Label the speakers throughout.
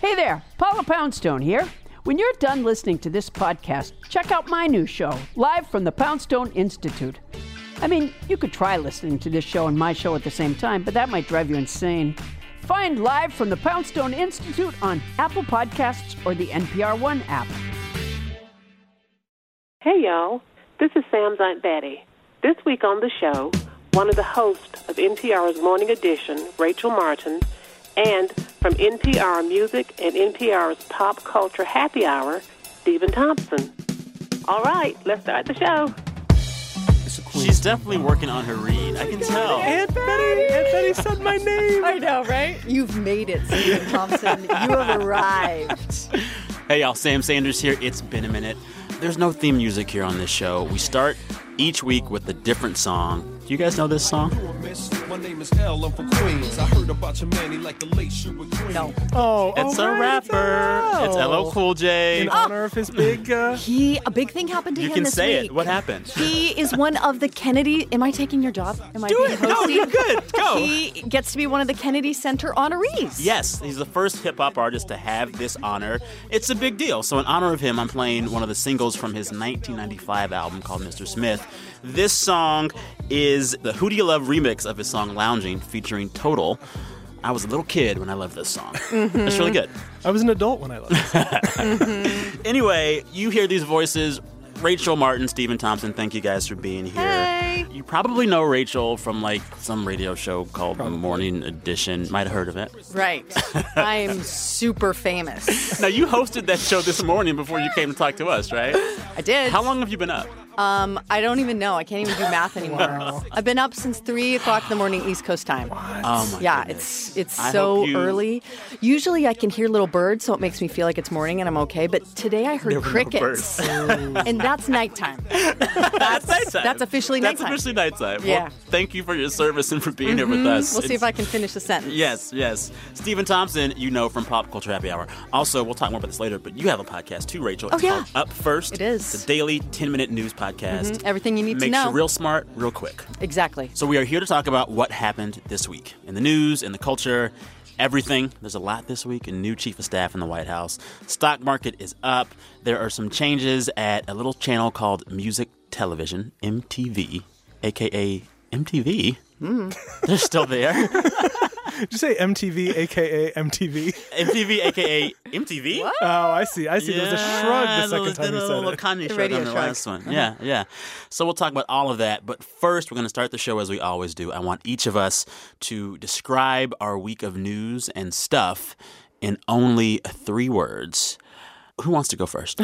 Speaker 1: Hey there, Paula Poundstone here. When you're done listening to this podcast, check out my new show, live from the Poundstone Institute. I mean, you could try listening to this show and my show at the same time, but that might drive you insane. Find Live from the Poundstone Institute on Apple Podcasts or the NPR One app.
Speaker 2: Hey, y'all. This is Sam's Aunt Betty. This week on the show, one of the hosts of NPR's Morning Edition, Rachel Martin, and from NPR Music and NPR's Pop Culture Happy Hour, Stephen Thompson. All right, let's start the show.
Speaker 3: She's definitely working on her read. I can tell.
Speaker 4: Aunt Betty, Aunt Betty said my name.
Speaker 5: I know, right? You've made it, Stephen Thompson. you have arrived.
Speaker 3: Hey, y'all. Sam Sanders here. It's been a minute. There's no theme music here on this show. We start each week with a different song. Do you guys know this song?
Speaker 6: My name is L, I'm from Queens. I heard about your man, he like the late Sugar Queen.
Speaker 5: No.
Speaker 4: Oh,
Speaker 3: It's a rapper. It's LL Cool J.
Speaker 4: In honor of his big. Uh,
Speaker 5: He a big thing happened to
Speaker 3: You
Speaker 5: Oh, him
Speaker 3: can
Speaker 5: this
Speaker 3: say
Speaker 5: week.
Speaker 3: it. What happened?
Speaker 5: He is one of the Kennedy. Am I taking your job? Am I Do being
Speaker 3: it. No,
Speaker 5: Hosting?
Speaker 3: you're good. Go.
Speaker 5: He gets to be one of the Kennedy Center honorees.
Speaker 3: Yes, he's the first hip hop artist to have this honor. It's a big deal. So, in honor of him, I'm playing one of the singles from his 1995 album called Mr. Smith. This song is the Who Do You Love remix of his song Lounging featuring Total. I was a little kid when I loved this song. It's really good.
Speaker 4: Mm-hmm. I was an adult when I left.
Speaker 3: Anyway, you hear these voices. Rachel Martin, Stephen Thompson, thank you guys for being here.
Speaker 5: Hey.
Speaker 3: You probably know Rachel from like some radio show called The Morning Edition. Might have heard of it.
Speaker 5: Right. I'm super famous.
Speaker 3: Now you hosted that show this morning before you came to talk to us, right?
Speaker 5: I did.
Speaker 3: How long have you been up?
Speaker 5: Um, I don't even know. I can't even do math anymore. I've been up since three o'clock in the morning East Coast time.
Speaker 3: Oh my
Speaker 5: Yeah,
Speaker 3: goodness.
Speaker 5: it's it's
Speaker 3: I
Speaker 5: so
Speaker 3: hope you-
Speaker 5: early. Usually I can hear little birds, so it makes me feel like it's morning and I'm okay. But today I heard
Speaker 3: There were no
Speaker 5: crickets, and that's nighttime.
Speaker 3: that's nighttime.
Speaker 5: that's officially
Speaker 3: that's
Speaker 5: nighttime.
Speaker 3: officially nighttime.
Speaker 5: Yeah. Mm-hmm.
Speaker 3: Well, thank you for your service and for being here with us.
Speaker 5: We'll see if
Speaker 3: It's-
Speaker 5: I can finish the sentence.
Speaker 3: Yes, yes. Stephen Thompson, you know from Pop Culture Happy Hour. Also, we'll talk more about this later, but you have a podcast too, Rachel.
Speaker 5: Oh,
Speaker 3: It's
Speaker 5: yeah.
Speaker 3: called Up First.
Speaker 5: It is. Mm-hmm.
Speaker 3: It's a daily 10 minute news podcast.
Speaker 5: Everything you need
Speaker 3: Makes
Speaker 5: to know.
Speaker 3: you real smart, real quick.
Speaker 5: Exactly.
Speaker 3: So, we are here to talk about what happened this week in the news, in the culture, everything. There's a lot this week. A new chief of staff in the White House. Stock market is up. There are some changes at a little channel called Music Television, MTV, aka MTV. They're still there.
Speaker 4: Did you say MTV, aka MTV?
Speaker 3: MTV, aka MTV.
Speaker 4: Oh, I see. I see. There was a shrug the second
Speaker 3: little-
Speaker 4: time you
Speaker 3: little-
Speaker 4: said
Speaker 3: little
Speaker 4: it. Uh-huh.
Speaker 3: Kanye shrug
Speaker 5: radio
Speaker 3: on the
Speaker 5: shrug.
Speaker 3: last one. Yeah, yeah. So we'll talk about all of that. But first, we're going to start the show as we always do. I want each of us to describe our week of news and stuff in only three words. Who wants to go first?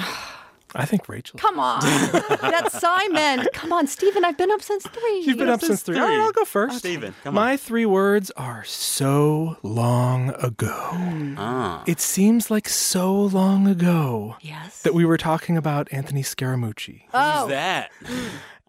Speaker 4: I think Rachel.
Speaker 5: Come on. that's Simon. Come on, Stephen. I've been up since 3
Speaker 4: You've been up
Speaker 3: This
Speaker 4: since
Speaker 3: is
Speaker 4: three. All right,
Speaker 3: three.
Speaker 4: I'll go first.
Speaker 3: Steven, come on.
Speaker 4: My three words are so long ago.
Speaker 3: Ah.
Speaker 4: It seems like so long ago
Speaker 5: Yes.
Speaker 4: that we were talking about Anthony Scaramucci.
Speaker 3: Who's that?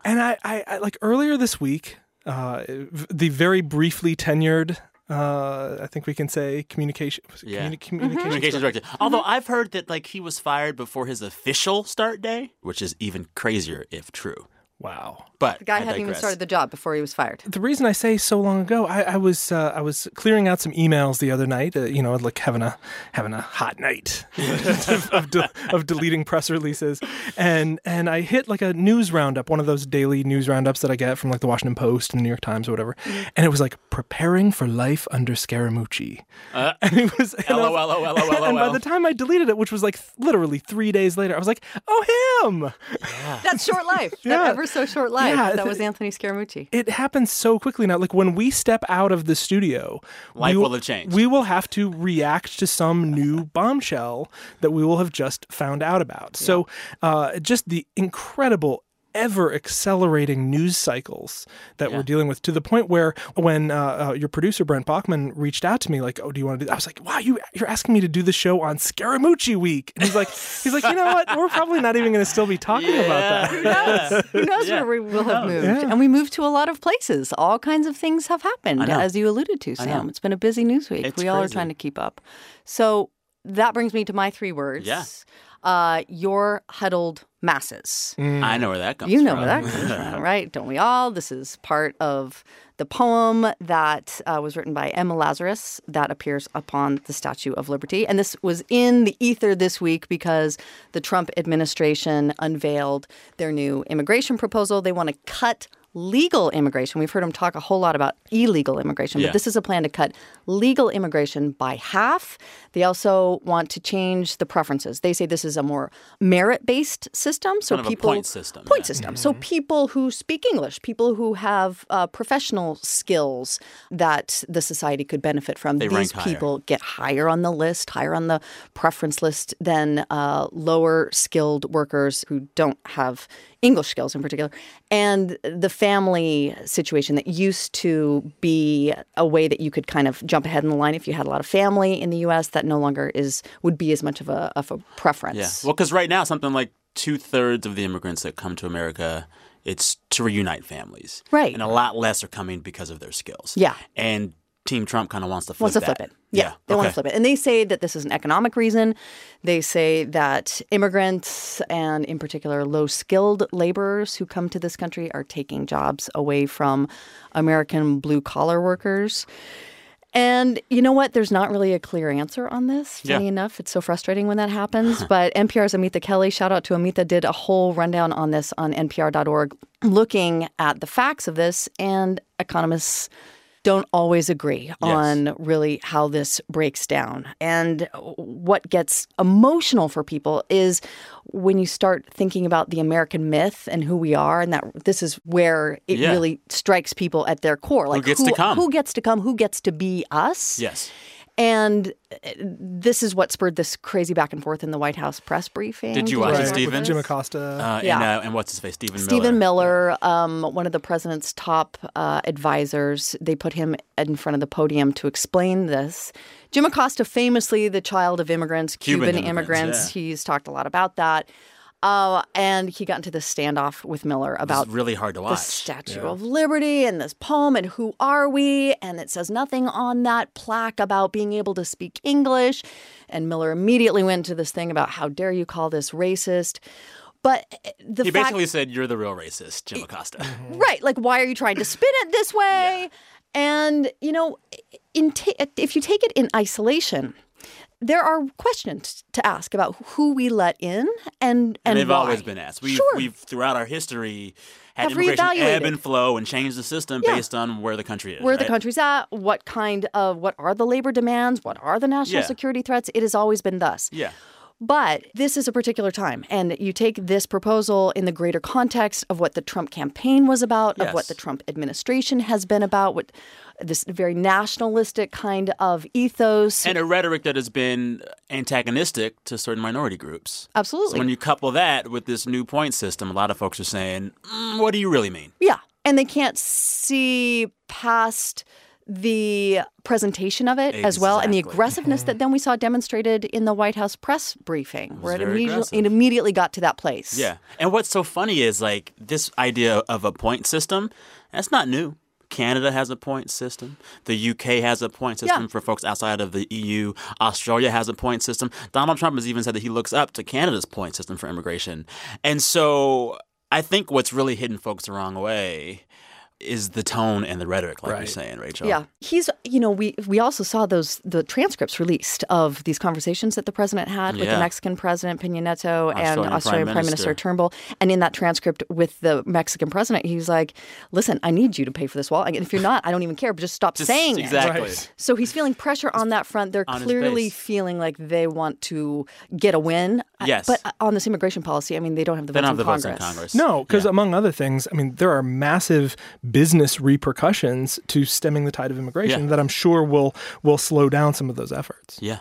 Speaker 4: And I, I, I like earlier this week, uh, v- the very briefly tenured, uh, I think we can say communication, was it
Speaker 3: Yeah.
Speaker 4: communi- communications
Speaker 3: Communications
Speaker 4: director.
Speaker 3: director. Although I've heard that like he was fired before his official start day, which is even crazier if true.
Speaker 4: Wow.
Speaker 3: But
Speaker 5: the guy
Speaker 3: I
Speaker 5: hadn't even
Speaker 3: digress.
Speaker 5: started the job before he was fired.
Speaker 4: The reason I say so long ago, I, I was uh, I was clearing out some emails the other night. Uh, you know, like having a having a hot night of, of, de- of deleting press releases, and and I hit like a news roundup, one of those daily news roundups that I get from like the Washington Post and the New York Times or whatever,
Speaker 3: Mm-hmm.
Speaker 4: and it was like preparing for life under Scaramucci, and it was and I was-
Speaker 3: Uh, LOL, LOL, LOL,
Speaker 4: And by the time I deleted it, which was like th- literally three days later, I was like, oh him.
Speaker 5: That's short life.
Speaker 4: Yeah.
Speaker 5: That ever so short life.
Speaker 4: Yeah.
Speaker 5: That was Anthony Scaramucci.
Speaker 4: it happens so quickly now. Like when we step out of the studio,
Speaker 3: Life
Speaker 4: we
Speaker 3: will have changed.
Speaker 4: We will have to react to some new bombshell that we will have just found out about. So, uh, just the incredible. Ever accelerating news cycles that we're dealing with to the point where when uh, uh, your producer Brent Bachman reached out to me like, "Oh, do you want to do?" That? I was like, "Wow, you you're asking me to do the show on Scaramucci week," and he's like, "He's like, you know what? We're probably not even going to still be talking about that."
Speaker 3: Yeah.
Speaker 5: Who knows
Speaker 3: Yeah.
Speaker 5: where we will have moved?
Speaker 4: Yeah.
Speaker 5: And we moved to a lot of places. All kinds of things have happened,
Speaker 3: know.
Speaker 5: as you alluded to, Sam.
Speaker 3: know.
Speaker 5: It's been a busy news week.
Speaker 3: It's
Speaker 5: we all are
Speaker 3: crazy.
Speaker 5: trying to keep up. So that brings me to my three words.
Speaker 3: Yeah.
Speaker 5: uh, your huddled masses.
Speaker 4: Mm.
Speaker 3: I know where that comes
Speaker 5: You know
Speaker 3: from.
Speaker 5: where that comes from, right? Don't we all? This is part of the poem that uh, was written by Emma Lazarus that appears upon the Statue of Liberty. And this was in the ether this week because the Trump administration unveiled their new immigration proposal. They want to cut legal immigration. We've heard him talk a whole lot about illegal immigration,
Speaker 3: Yeah.
Speaker 5: but this is a plan to cut legal immigration by half. They also want to change the preferences. They say this is a more merit-based system, so
Speaker 3: Kind of a
Speaker 5: people
Speaker 3: point system,
Speaker 5: Point
Speaker 3: yeah.
Speaker 5: system. So
Speaker 3: Mm-hmm.
Speaker 5: people who speak English, people who have uh, professional skills that the society could benefit from,
Speaker 3: They
Speaker 5: these
Speaker 3: rank higher.
Speaker 5: people get higher on the list, higher on the preference list than uh, lower skilled workers who don't have English skills in particular. And the family situation that used to be a way that you could kind of jump ahead in the line if you had a lot of family in the U.S. That no longer is would be as much of a, of a preference.
Speaker 3: Yeah. Well, because right now, something like two thirds of the immigrants that come to America, it's to reunite families.
Speaker 5: Right.
Speaker 3: And a lot less are coming because of their skills.
Speaker 5: Yeah.
Speaker 3: And Team Trump kind of wants to flip
Speaker 5: wants to
Speaker 3: that.
Speaker 5: flip it. Yeah, they want to flip it, and they say that this is an economic reason. They say that immigrants and, in particular, low-skilled laborers who come to this country are taking jobs away from American blue-collar workers. And you know what? There's not really a clear answer on this. Funny
Speaker 3: Yeah.
Speaker 5: enough, it's so frustrating when that happens. but NPR's Amita Kelly, shout out to Amita, did a whole rundown on this on NPR.org, looking at the facts of this. And economists don't always agree on really how this breaks down. And what gets emotional for people is when you start thinking about the American myth and who we are, and that this is where it
Speaker 3: Yeah.
Speaker 5: really strikes people at their core. Like
Speaker 3: gets to come?
Speaker 5: Who gets to come? Who gets to be us?
Speaker 3: Yes.
Speaker 5: And uh, this is what spurred this crazy back and forth in the White House press briefing.
Speaker 3: Did you watch it,
Speaker 5: remember
Speaker 3: Stephen?
Speaker 5: this?
Speaker 4: With Jim Acosta.
Speaker 3: Uh,
Speaker 5: Yeah.
Speaker 3: and, uh, and what's his face? Stephen Miller.
Speaker 5: Stephen Miller, um, one of the president's top uh, advisors, they put him in front of the podium to explain this. Jim Acosta, famously the child of immigrants,
Speaker 3: Cuban
Speaker 5: Cuban,
Speaker 3: immigrants,
Speaker 5: immigrants, he's talked a lot about that. Uh, and he got into this standoff with Miller about
Speaker 3: It's really hard to
Speaker 5: the
Speaker 3: watch.
Speaker 5: Statue of Liberty and this poem and who are we? And it says nothing on that plaque about being able to speak English. And Miller immediately went to this thing about how dare you call this racist. But eh, the
Speaker 3: he
Speaker 5: fact
Speaker 3: basically said, "You're the real racist, Jim Acosta."
Speaker 5: Right. Like, why are you trying to spin it this way? And, you know, in ta- if you take it in isolation, there are questions to ask about who we let in and and,
Speaker 3: And they've
Speaker 5: why.
Speaker 3: always been asked. We've,
Speaker 5: sure.
Speaker 3: we've throughout our history had
Speaker 5: Have
Speaker 3: immigration ebb
Speaker 5: reevaluated.
Speaker 3: and flow and changed the system
Speaker 5: Yeah.
Speaker 3: based on where the country is.
Speaker 5: where the
Speaker 3: right?
Speaker 5: country's at, what kind of what are the labor demands, what are the national
Speaker 3: Yeah.
Speaker 5: security threats. It has always been thus.
Speaker 3: Yeah.
Speaker 5: But this is a particular time, and you take this proposal in the greater context of what the Trump campaign was about, of
Speaker 3: Yes.
Speaker 5: what the Trump administration has been about, what this very nationalistic kind of ethos.
Speaker 3: and a rhetoric that has been antagonistic to certain minority groups.
Speaker 5: Absolutely.
Speaker 3: So when you couple that with this new point system, a lot of folks are saying, mm, "What do you really mean?"
Speaker 5: Yeah. And they can't see past the presentation of it as well and the
Speaker 3: Exactly.
Speaker 5: aggressiveness that then we saw demonstrated in the White House press briefing, where it,
Speaker 3: very
Speaker 5: immedi-
Speaker 3: aggressive.
Speaker 5: it immediately got to that place.
Speaker 3: Yeah. And what's so funny is like this idea of a point system. That's not new. Canada has a point system. The UK has a point system
Speaker 5: Yeah.
Speaker 3: for folks outside of the EU. Australia has a point system. Donald Trump has even said that he looks up to Canada's point system for immigration. And so I think what's really hitting folks the wrong way is the tone and the rhetoric, like you're saying, Rachel.
Speaker 5: Yeah, he's. You know, we we also saw those the transcripts released of these conversations that the president had with
Speaker 3: Yeah.
Speaker 5: the Mexican president Peña Nieto and
Speaker 3: Australian Prime
Speaker 5: Australian Prime
Speaker 3: Minister.
Speaker 5: Minister Turnbull. And in that transcript with the Mexican president, he's like, "Listen, I need you to pay for this wall. And if you're not, I don't even care. But just stop
Speaker 3: Just-
Speaker 5: saying it."
Speaker 3: exactly.
Speaker 4: Right.
Speaker 5: So he's feeling pressure on that front. They're
Speaker 3: on his
Speaker 5: clearly
Speaker 3: base.
Speaker 5: feeling like they want to get a win. I-
Speaker 3: Yes.
Speaker 5: but uh, on this immigration policy, I mean, they don't have the
Speaker 3: They don't
Speaker 5: votes
Speaker 3: have
Speaker 5: in
Speaker 3: the votes
Speaker 5: Congress.
Speaker 3: in Congress.
Speaker 4: No, because among other things, I mean, there are massive business repercussions to stemming the tide of immigration
Speaker 3: Yeah.
Speaker 4: that I'm sure will will slow down some of those efforts.
Speaker 3: Yeah.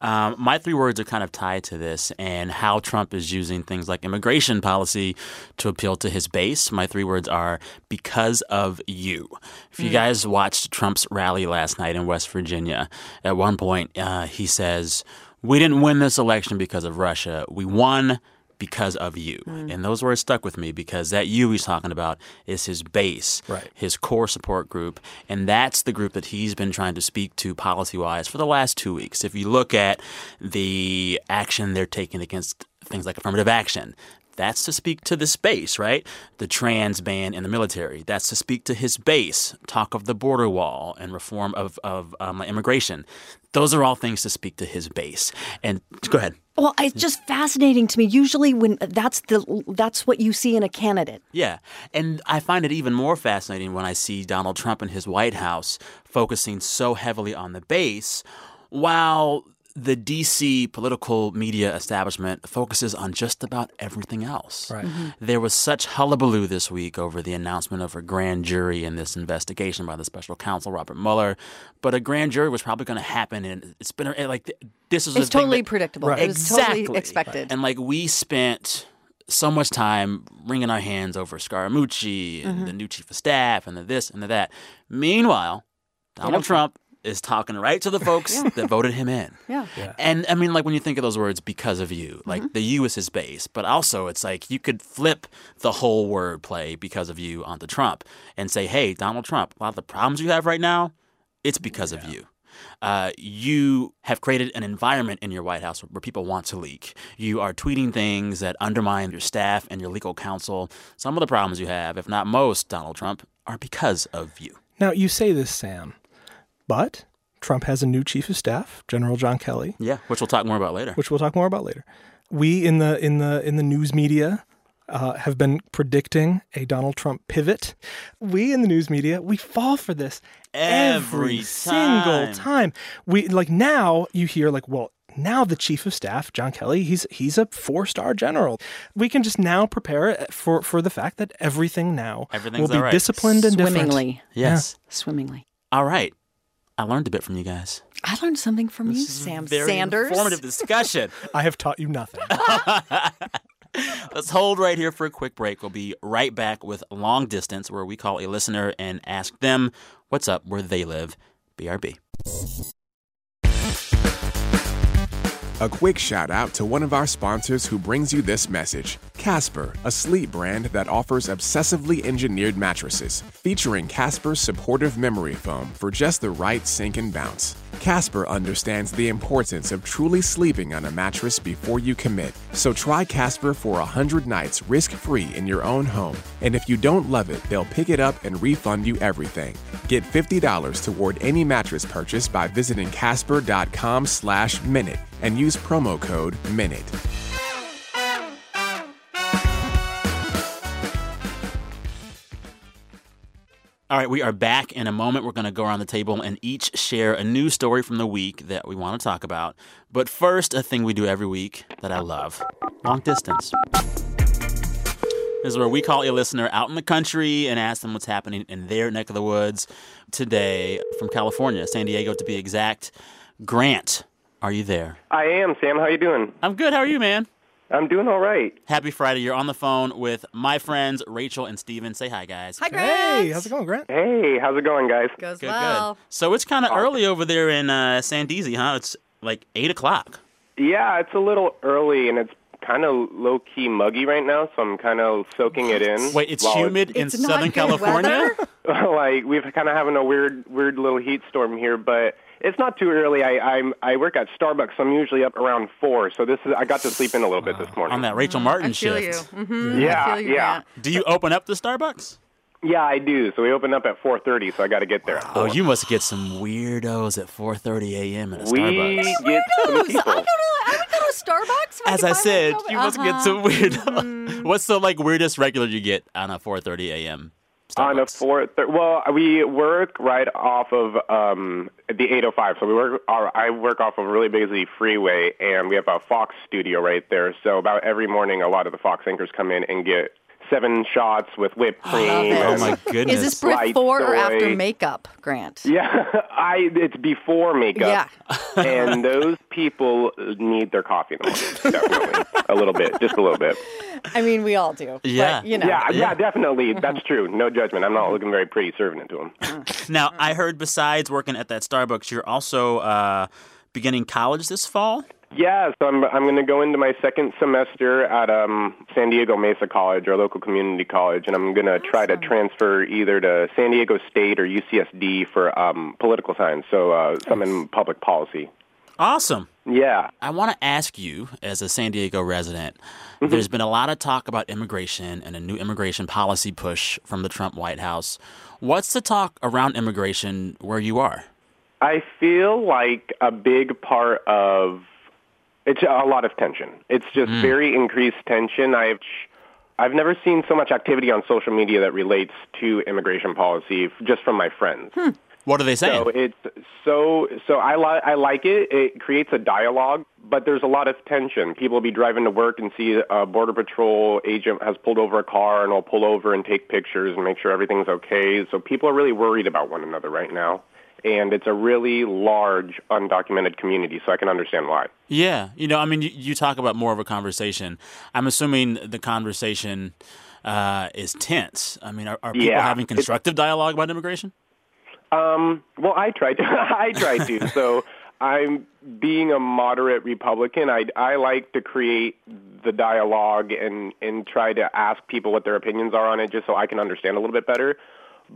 Speaker 3: Um, my three words are kind of tied to this and how Trump is using things like immigration policy to appeal to his base. My three words are because of you. If you guys watched Trump's rally last night in West Virginia, at one point uh, he says, We didn't win this election because of Russia. We won because of you. And those words stuck with me because that you he's talking about is his base,
Speaker 4: Right.
Speaker 3: his core support group. And that's the group that he's been trying to speak to policy wise for the last two weeks. If you look at the action they're taking against things like affirmative action. That's to speak to the space, right? The trans ban in the military. That's to speak to his base. Talk of the border wall and reform of, of um, immigration. Those are all things to speak to his base. And go ahead.
Speaker 5: Well, it's just fascinating to me. Usually, when that's the that's what you see in a candidate.
Speaker 3: Yeah. And I find it even more fascinating when I see Donald Trump and his White House focusing so heavily on the base while the DC political media establishment focuses on just about everything else.
Speaker 4: Right.
Speaker 5: Mm-hmm.
Speaker 3: There was such hullabaloo this week over the announcement of a grand jury in this investigation by the special counsel Robert Mueller, but a grand jury was probably going to happen and it's been like th- this is a
Speaker 5: It's
Speaker 3: thing
Speaker 5: totally
Speaker 3: that-
Speaker 5: predictable.
Speaker 4: Right.
Speaker 5: It was
Speaker 3: exactly
Speaker 5: totally expected.
Speaker 3: And like we spent so much time wringing our hands over Scaramucci and the new chief of staff and the this and the that. Meanwhile, Donald Trump is talking right to the folks that voted him in.
Speaker 5: Yeah.
Speaker 3: And I mean, like when you think of those words, because of you, like the you is his base, but also it's like you could flip the whole word play because of you onto Trump and say, hey, Donald Trump, a lot of the problems you have right now, it's because of you. Uh, you have created an environment in your White House where people want to leak. You are tweeting things that undermine your staff and your legal counsel. Some of the problems you have, if not most, Donald Trump, are because of you.
Speaker 4: Now, you say this, Sam, but Trump has a new chief of staff, General John Kelly,
Speaker 3: Yeah, which we'll talk more about later.
Speaker 4: which we'll talk more about later. We in the in the in the news media uh, have been predicting a Donald Trump pivot. We in the news media we fall for this
Speaker 3: Every time.
Speaker 4: single time. We like now you hear like well now the chief of staff John Kelly he's he's a four star general. We can just now prepare for for the fact that everything now
Speaker 3: Everything's
Speaker 4: will be
Speaker 3: all right.
Speaker 4: disciplined and different.
Speaker 5: Swimmingly,
Speaker 3: yes.
Speaker 5: swimmingly.
Speaker 3: All right. I learned a bit from you guys.
Speaker 5: I learned something from you, Sam
Speaker 3: Very
Speaker 5: Sanders.
Speaker 3: informative discussion.
Speaker 4: I have taught you nothing.
Speaker 3: Let's hold right here for a quick break. We'll be right back with Long Distance, where we call a listener and ask them what's up where they live. BRB.
Speaker 7: A quick shout out to one of our sponsors who brings you this message Casper, a sleep brand that offers obsessively engineered mattresses, featuring Casper's supportive memory foam for just the right sink and bounce. Casper understands the importance of truly sleeping on a mattress before you commit, so try Casper for 100 nights risk free in your own home. And if you don't love it, they'll pick it up and refund you everything. Get $50 toward any mattress purchase by visiting casper.com slash minute and use promo code MINUTE.
Speaker 3: All right, we are back in a moment. We're going to go around the table and each share a new story from the week that we want to talk about. But first, a thing we do every week that I love long distance. This is where we call a listener out in the country and ask them what's happening in their neck of the woods today from California, San Diego to be exact. Grant, are you there?
Speaker 8: I am Sam. How you doing?
Speaker 3: I'm good. How are you, man?
Speaker 8: I'm doing all right.
Speaker 3: Happy Friday. You're on the phone with my friends, Rachel and Steven. Say hi, guys.
Speaker 5: Hi, Grant.
Speaker 4: hey, how's it going, Grant?
Speaker 8: Hey, how's it going, guys?
Speaker 5: Goes
Speaker 3: Good,
Speaker 5: well.
Speaker 3: good. So it's kind of early over there in uh, Sandusky, huh? It's like 8 o'clock.
Speaker 8: Yeah, it's a little early and it's kind of low key muggy right now, so I'm kind of soaking it in.
Speaker 3: Wait, it's
Speaker 8: while
Speaker 3: humid in
Speaker 5: It's not
Speaker 3: Southern
Speaker 5: good
Speaker 3: California?
Speaker 5: weather?
Speaker 8: like we've kind of having a weird, weird little heat storm here, but it's not too early. I I'm, I work at Starbucks, so I'm usually up around four. So this is I got to sleep in a little bit this morning.
Speaker 3: On that Rachel
Speaker 5: Mm,
Speaker 3: Martin shift.
Speaker 8: yeah,
Speaker 5: feel you,
Speaker 8: yeah,
Speaker 5: Grant.
Speaker 3: Do you open up the Starbucks?
Speaker 8: yeah. I do. So we open up at four thirty, so I got to get there. at
Speaker 3: Oh,
Speaker 8: four.
Speaker 3: you must get some weirdos at 4.30 a.m. at a
Speaker 8: we
Speaker 3: Starbucks.
Speaker 8: get
Speaker 5: Weirdos.
Speaker 8: some
Speaker 5: I go to
Speaker 8: people.
Speaker 5: I would go to Starbucks. if
Speaker 3: As
Speaker 5: could
Speaker 3: I
Speaker 5: buy
Speaker 3: said,
Speaker 5: myself-
Speaker 3: you must get
Speaker 5: Uh-huh. Mm.
Speaker 3: some weirdos. What's the like weirdest regular you get on a 4.30 a.m. Starbucks?
Speaker 8: On a four, thir- well, we work right off of um, the 805. So we work. Our, I work off of a really busy freeway, and we have a Fox studio right there. So about every morning, a lot of the Fox anchors come in and get seven shots with whipped cream.
Speaker 5: it.
Speaker 3: Oh,
Speaker 8: and-
Speaker 3: my goodness.
Speaker 5: Is this before or
Speaker 8: Light
Speaker 5: after
Speaker 8: soy.
Speaker 5: makeup, Grant?
Speaker 8: Yeah, I. It's before makeup.
Speaker 5: Yeah.
Speaker 8: and those people need their coffee in the morning, definitely a little bit, just a little bit.
Speaker 5: I mean, we all do.
Speaker 3: Yeah.
Speaker 5: But, you know.
Speaker 8: Yeah, yeah, definitely. That's true. No judgment. I'm not looking very pretty serving it to them.
Speaker 3: Now, I heard besides working at that Starbucks, you're also uh, beginning college this fall.
Speaker 8: Yeah, so I'm I'm going to go into my second semester at um, San Diego Mesa College, our local community college, and I'm going to try to transfer either to San Diego State or UCSD for um, political science. So uh, some in public policy.
Speaker 3: Awesome.
Speaker 8: Yeah.
Speaker 3: I want to ask you, as a San Diego resident,
Speaker 8: Mm-hmm.
Speaker 3: there's been a lot of talk about immigration and a new immigration policy push from the Trump White House. What's the talk around immigration where you are?
Speaker 8: I feel like a big part of it's a lot of tension. It's just very increased tension. I've I've never seen so much activity on social media that relates to immigration policy f- just from my friends.
Speaker 3: What are they saying?
Speaker 8: So it's so so I li- I like it. It creates a dialogue, but there's a lot of tension. People will be driving to work and see a border patrol agent has pulled over a car and will pull over and take pictures and make sure everything's okay. So people are really worried about one another right now. And it's a really large undocumented community, so I can understand why.
Speaker 3: Yeah, you know, I mean, you, you talk about more of a conversation. I'm assuming the conversation uh, is tense. I mean, are, are people
Speaker 8: Yeah,
Speaker 3: having
Speaker 8: it's-
Speaker 3: constructive dialogue about immigration?
Speaker 8: Um, well, I tried to. I tried to. so I'm being a moderate Republican. I, I like to create the dialogue and, and try to ask people what their opinions are on it just so I can understand a little bit better.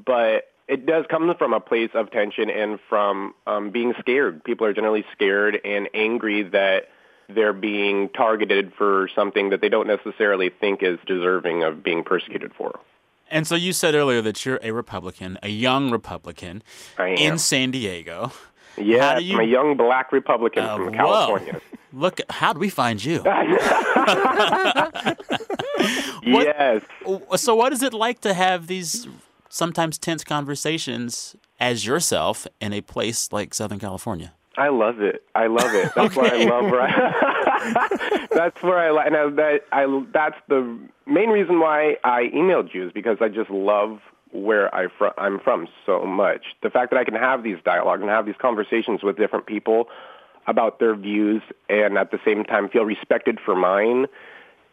Speaker 8: But it does come from a place of tension and from um, being scared. People are generally scared and angry that they're being targeted for something that they don't necessarily think is deserving of being persecuted for.
Speaker 3: And so you said earlier that you're a Republican, a young Republican
Speaker 8: I am.
Speaker 3: in San Diego. How
Speaker 8: Yeah,
Speaker 3: do you-
Speaker 8: I'm a young black Republican
Speaker 3: Uh,
Speaker 8: from
Speaker 3: whoa.
Speaker 8: California.
Speaker 3: Look, how do we find you?
Speaker 8: Yes.
Speaker 3: So, what is it like to have these sometimes tense conversations as yourself in a place like Southern California?
Speaker 8: I love it. I love it. That's why I love where I, That's where I like and I, that I that's the main reason why I emailed you is because I just love where I fr- I'm from so much. The fact that I can have these dialogues and have these conversations with different people about their views and at the same time feel respected for mine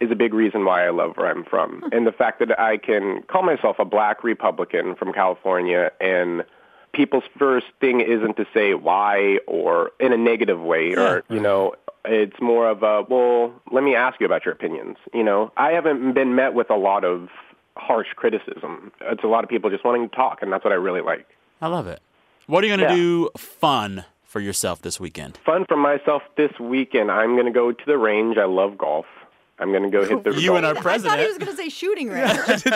Speaker 8: is a big reason why I love where I'm from. And the fact that I can call myself a black Republican from California and people's first thing isn't to say why or in a negative way or, you know, it's more of a, well, let me ask you about your opinions. You know, I haven't been met with a lot of harsh criticism. It's a lot of people just wanting to talk, and that's what I really like.
Speaker 3: I love it. What are you going to
Speaker 8: Yeah.
Speaker 3: do fun for yourself this weekend?
Speaker 8: Fun for myself this weekend. I'm going to go to the range. I love golf. I'm going to go hit the
Speaker 3: You
Speaker 8: golf.
Speaker 3: and our
Speaker 5: I thought he was
Speaker 3: president.
Speaker 5: going to say shooting range. In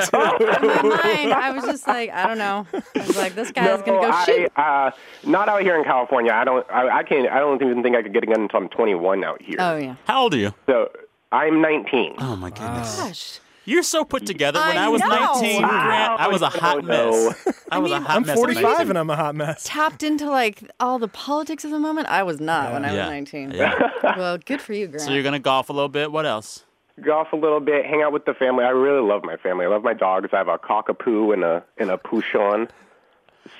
Speaker 5: my mind, I was just like, I don't know. I was like, this guy's going to go
Speaker 8: I,
Speaker 5: shoot.
Speaker 8: Uh, not out here in California. I don't. I, I can't. I don't even think I could get a gun until I'm 21 out here.
Speaker 5: Oh yeah.
Speaker 3: How old are you?
Speaker 8: So I'm 19.
Speaker 3: Oh my goodness.
Speaker 5: Gosh.
Speaker 3: You're so put together. When I,
Speaker 5: Uh, I
Speaker 3: was
Speaker 5: know.
Speaker 3: 19, Grant, I was a
Speaker 8: Wow.
Speaker 3: hot
Speaker 8: Oh, no.
Speaker 3: mess. I was a hot
Speaker 4: I'm
Speaker 3: mess. at
Speaker 4: 45
Speaker 3: 19.
Speaker 4: and I'm a hot mess.
Speaker 5: Tapped into like all the politics of the moment. I was not when I was
Speaker 3: Yeah.
Speaker 5: 19.
Speaker 3: Yeah.
Speaker 5: Well, good for you, Grant.
Speaker 3: So you're going to golf a little bit. What else?
Speaker 8: Golf a little bit. Hang out with the family. I really love my family. I love my dogs. I have a cockapoo and a and a Pouchon.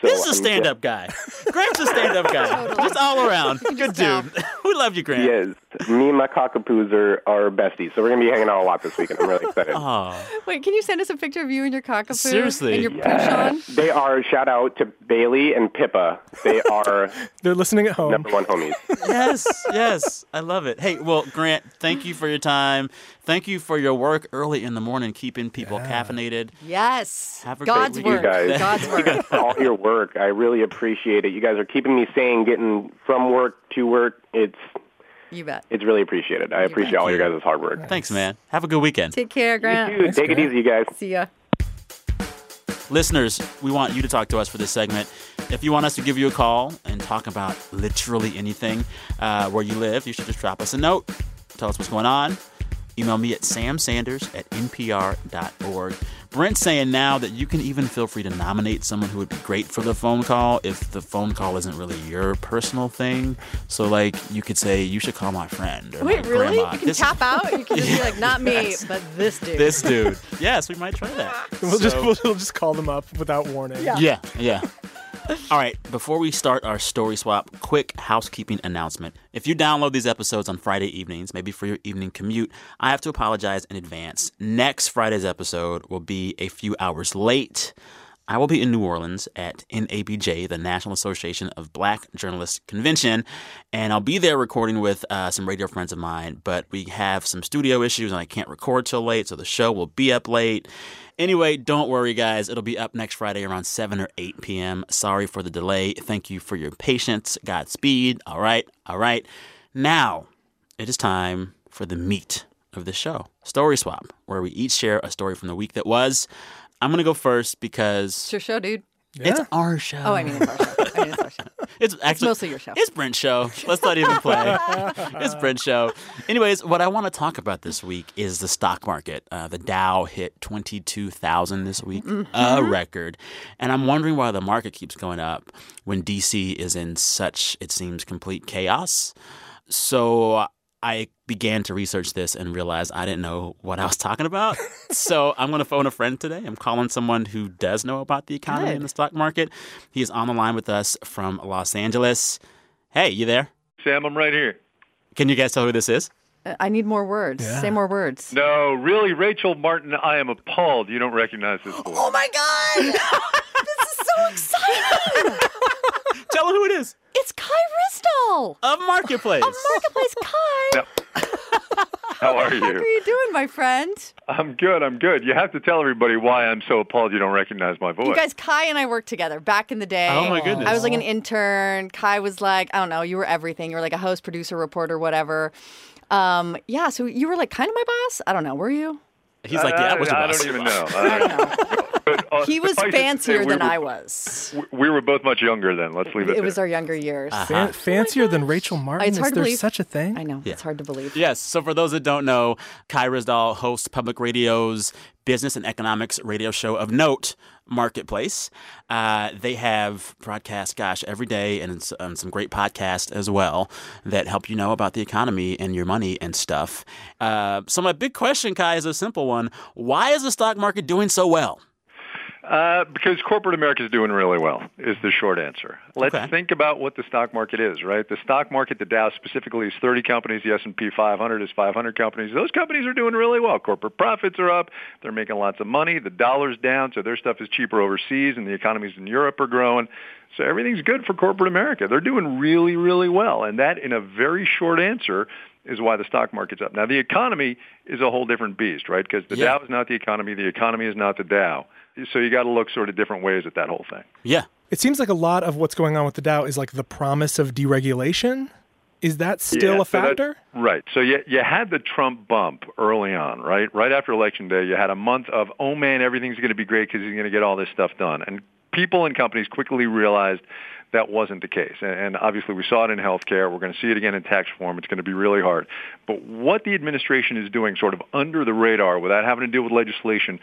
Speaker 8: So
Speaker 3: This is a
Speaker 8: I'm
Speaker 3: stand up guy. Grant's a stand up guy. Just all around. Good dude. we love you, Grant.
Speaker 8: Yes, me and my cockapoos are, are besties, so we're gonna be hanging out a lot this weekend. I'm really excited.
Speaker 3: Oh.
Speaker 5: Wait, can you send us a picture of you and your cockapoo?
Speaker 3: Seriously.
Speaker 5: And your Pushon?
Speaker 8: They are shout out to Bailey and Pippa. They are
Speaker 4: They're listening at home.
Speaker 8: number one homies.
Speaker 3: yes, yes. I love it. Hey, well, Grant, thank you for your time. Thank you for your work early in the morning, keeping people caffeinated.
Speaker 5: Yes.
Speaker 3: Have a great
Speaker 5: God's
Speaker 3: weekend,
Speaker 5: work.
Speaker 8: guys.
Speaker 5: God's work.
Speaker 8: all your work. I really appreciate it. You guys are keeping me sane, getting from work to work. It's
Speaker 5: You bet.
Speaker 8: it's really appreciated. I appreciate all your guys' hard work.
Speaker 3: Thanks, man. Have a good weekend.
Speaker 5: Take care, Grant.
Speaker 8: Dude, take it easy, you guys.
Speaker 5: See ya.
Speaker 3: Listeners, we want you to talk to us for this segment. If you want us to give you a call and talk about literally anything uh, where you live, you should just drop us a note. Tell us what's going on. Email me at samsanders at npr.org. Brent's saying now that you can even feel free to nominate someone who would be great for the phone call if the phone call isn't really your personal thing. So, like, you could say, you should call my friend or
Speaker 5: Wait,
Speaker 3: my
Speaker 5: really?
Speaker 3: grandma.
Speaker 5: You can
Speaker 3: This-
Speaker 5: tap out? You can just be like, not me, but this dude.
Speaker 3: This dude. yes, we might try that.
Speaker 4: We'll just
Speaker 3: So-
Speaker 4: we'll, we'll just call them up without warning.
Speaker 3: yeah, yeah. All right, before we start our story swap, quick housekeeping announcement. If you download these episodes on Friday evenings, maybe for your evening commute, I have to apologize in advance. Next Friday's episode will be a few hours late. I will be in New Orleans at NABJ, the National Association of Black Journalists Convention, and I'll be there recording with uh, some radio friends of mine. But we have some studio issues, and I can't record till late, so the show will be up late. Anyway, don't worry, guys. It'll be up next Friday around 7 or 8 p.m. Sorry for the delay. Thank you for your patience. Godspeed. All right. All right. Now, it is time for the meat of the show Story Swap, where we each share a story from the week that was. I'm going to go first because
Speaker 5: It's your show, dude.
Speaker 3: it's our show.
Speaker 5: Oh, I mean, it's our show. I mean, it's our show.
Speaker 3: It's actually
Speaker 5: mostly your show.
Speaker 3: It's Brent's show. Let's not even play. it's Brent's show. Anyways, what I want to talk about this week is the stock market. Uh, the Dow hit twenty two thousand this week, a
Speaker 5: Mm-hmm.
Speaker 3: record. And I'm wondering why the market keeps going up when DC is in such it seems complete chaos. So I began to research this and realized I didn't know what I was talking about. so I'm going to phone a friend today. I'm calling someone who does know about the economy and the stock market. He is on the line with us from Los Angeles. Hey, you there?
Speaker 9: Sam, I'm right here.
Speaker 3: Can you guys tell who this is?
Speaker 5: Uh, I need more words. Say more words.
Speaker 9: No, really, Rachel Martin, I am appalled you don't recognize this voice.
Speaker 5: Oh my God! this is so exciting!
Speaker 3: Tell him who it is.
Speaker 5: It's Kai Ristal!
Speaker 3: Of Marketplace.
Speaker 5: Marketplace Kai!
Speaker 9: How are
Speaker 5: How are
Speaker 9: you?
Speaker 5: you doing, my friend?
Speaker 9: I'm good, I'm good. You have to tell everybody why I'm so appalled you don't recognize my voice.
Speaker 5: You guys, Kai and I worked together back in the day.
Speaker 3: Oh, my goodness.
Speaker 5: I was like an intern. Kai was like, I don't know, you were everything. You were like a host, producer, reporter, whatever. Um, yeah, so you were like kind of my boss. I don't know, were you?
Speaker 3: He's like, yeah, I was your
Speaker 9: I,
Speaker 3: boss.
Speaker 9: don't even know. Uh, I don't know. But, uh,
Speaker 5: He was
Speaker 9: suffice it to say,
Speaker 5: fancier
Speaker 9: we
Speaker 5: than
Speaker 9: were-
Speaker 5: I was.
Speaker 9: We were both much younger then. Let's leave it.
Speaker 5: It was
Speaker 9: there.
Speaker 5: our younger years.
Speaker 3: Uh-huh.
Speaker 4: Fan- fancier than Rachel Martin?
Speaker 5: Oh It's hard
Speaker 4: Is
Speaker 5: to
Speaker 4: there
Speaker 5: believe.
Speaker 4: such a thing?
Speaker 5: I know, it's hard to believe.
Speaker 3: Yes. So for those that don't know, Kai Rizdal hosts public radio's business and economics radio show of note, Marketplace. Uh, they have broadcasts, gosh, every day and it's, um, some great podcasts as well that help you know about the economy and your money and stuff. Uh, so my big question, Kai, is a simple one. Why is the stock market doing so well?
Speaker 9: Uh, because corporate America is doing really well, is the short answer. Let's
Speaker 3: Okay.
Speaker 9: think about what the stock market is, right? The stock market, the Dow specifically, is 30 companies. The S&P 500 is 500 companies. Those companies are doing really well. Corporate profits are up. They're making lots of money. The dollar's down, so their stuff is cheaper overseas, and the economies in Europe are growing. So everything's good for corporate America. They're doing really, really well. And that, in a very short answer, is why the stock market's up. Now, the economy is a whole different beast, right? Because the
Speaker 3: Yeah.
Speaker 9: Dow is not the economy. The economy is not the Dow. So you got to look sort of different ways at that whole thing.
Speaker 3: Yeah.
Speaker 4: It seems like a lot of what's going on with the Dow is like the promise of deregulation. Is that still
Speaker 9: Yeah,
Speaker 4: a
Speaker 9: so that-
Speaker 4: factor?
Speaker 9: right. So you, you had the Trump bump early on, right? Right after Election Day, you had a month of, oh man, everything's going to be great because he's going to get all this stuff done. And people and companies quickly realized that wasn't the case. And, and obviously we saw it in healthcare. We're going to see it again in tax reform. It's going to be really hard. But what the administration is doing sort of under the radar without having to deal with legislation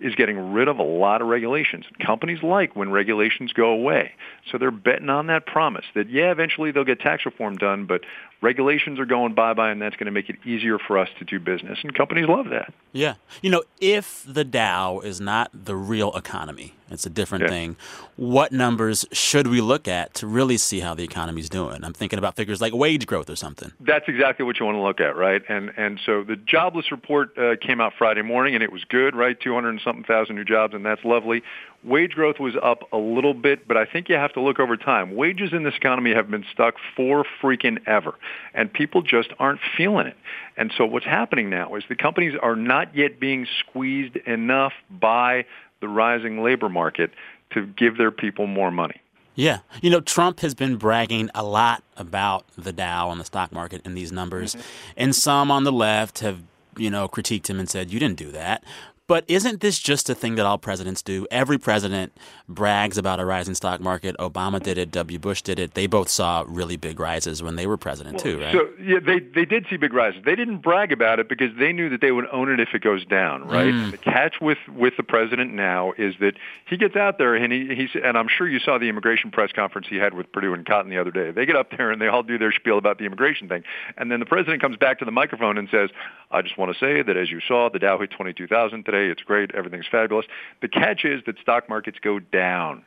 Speaker 9: is getting rid of a lot of regulations. Companies like when regulations go away. So they're betting on that promise that, yeah, eventually they'll get tax reform done, but regulations are going bye-bye, and that's going to make it easier for us to do business. And companies love that.
Speaker 3: Yeah. You know, if the Dow is not the real economy, it's a different
Speaker 9: Yeah.
Speaker 3: thing. What numbers should we look at to really see how the economy's doing? I'm thinking about figures like wage growth or something.
Speaker 9: That's exactly what you want to look at, right? And and so the jobless report uh, came out Friday morning, and it was good, right? Two hundred and something thousand new jobs, and that's lovely. Wage growth was up a little bit, but I think you have to look over time. Wages in this economy have been stuck for freaking ever, and people just aren't feeling it. And so what's happening now is the companies are not yet being squeezed enough by the rising labor market to give their people more money.
Speaker 3: Yeah. You know, Trump has been bragging a lot about the Dow and the stock market and these numbers.
Speaker 9: Mm-hmm.
Speaker 3: And some on the left have, you know, critiqued him and said, you didn't do that. But isn't this just a thing that all presidents do? Every president brags about a rising stock market. Obama did it. W. Bush did it. They both saw really big rises when they were president, too, right?
Speaker 9: So yeah, they they did see big rises. They didn't brag about it because they knew that they would own it if it goes down, right? The catch with with the president now is that he gets out there and he he's and I'm sure you saw the immigration press conference he had with Purdue and Cotton the other day. They get up there and they all do their spiel about the immigration thing, and then the president comes back to the microphone and says, "I just want to say that as you saw, the Dow hit 22,000 today. It's great. Everything's fabulous." The catch is that stock markets go down,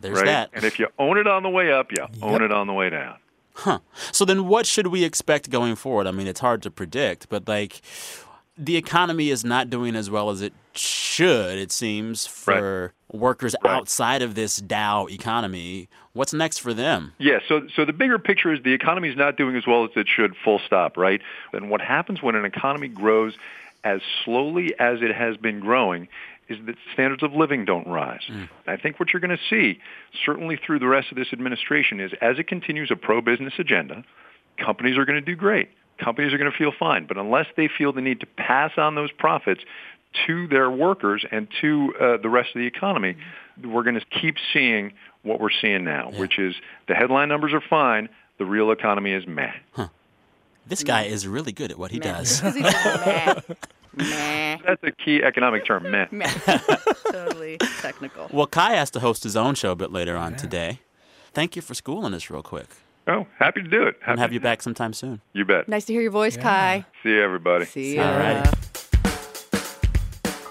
Speaker 3: There's
Speaker 9: right?
Speaker 3: that.
Speaker 9: And if you own it on the way up, you own it on the way down.
Speaker 3: So then what should we expect going forward? I mean, it's hard to predict, but like the economy is not doing as well as it should, it seems, for workers outside of this Dow economy. What's next for them?
Speaker 9: Yeah, so so the bigger picture is the economy is not doing as well as it should full stop, right? And what happens when an economy grows as slowly as it has been growing is that standards of living don't rise. I think what you're going to see certainly through the rest of this administration is as it continues a pro-business agenda, companies are going to do great. Companies are going to feel fine, but unless they feel the need to pass on those profits to their workers and to uh, the rest of the economy, we're going to keep seeing what we're seeing now, which is the headline numbers are fine, the real economy is meh.
Speaker 3: This guy is really good at what he does.
Speaker 5: Because he's like, meh, meh,
Speaker 9: That's a key economic term, meh.
Speaker 5: meh. totally technical.
Speaker 3: Well, Kai has to host his own show a bit later on today. Thank you for schooling us real quick.
Speaker 9: Oh, happy to do it.
Speaker 3: And
Speaker 9: Happy
Speaker 3: have you back sometime soon.
Speaker 9: You bet.
Speaker 5: Nice to hear your voice, Kai.
Speaker 9: See you, everybody.
Speaker 5: See
Speaker 3: All
Speaker 5: ya.
Speaker 3: right.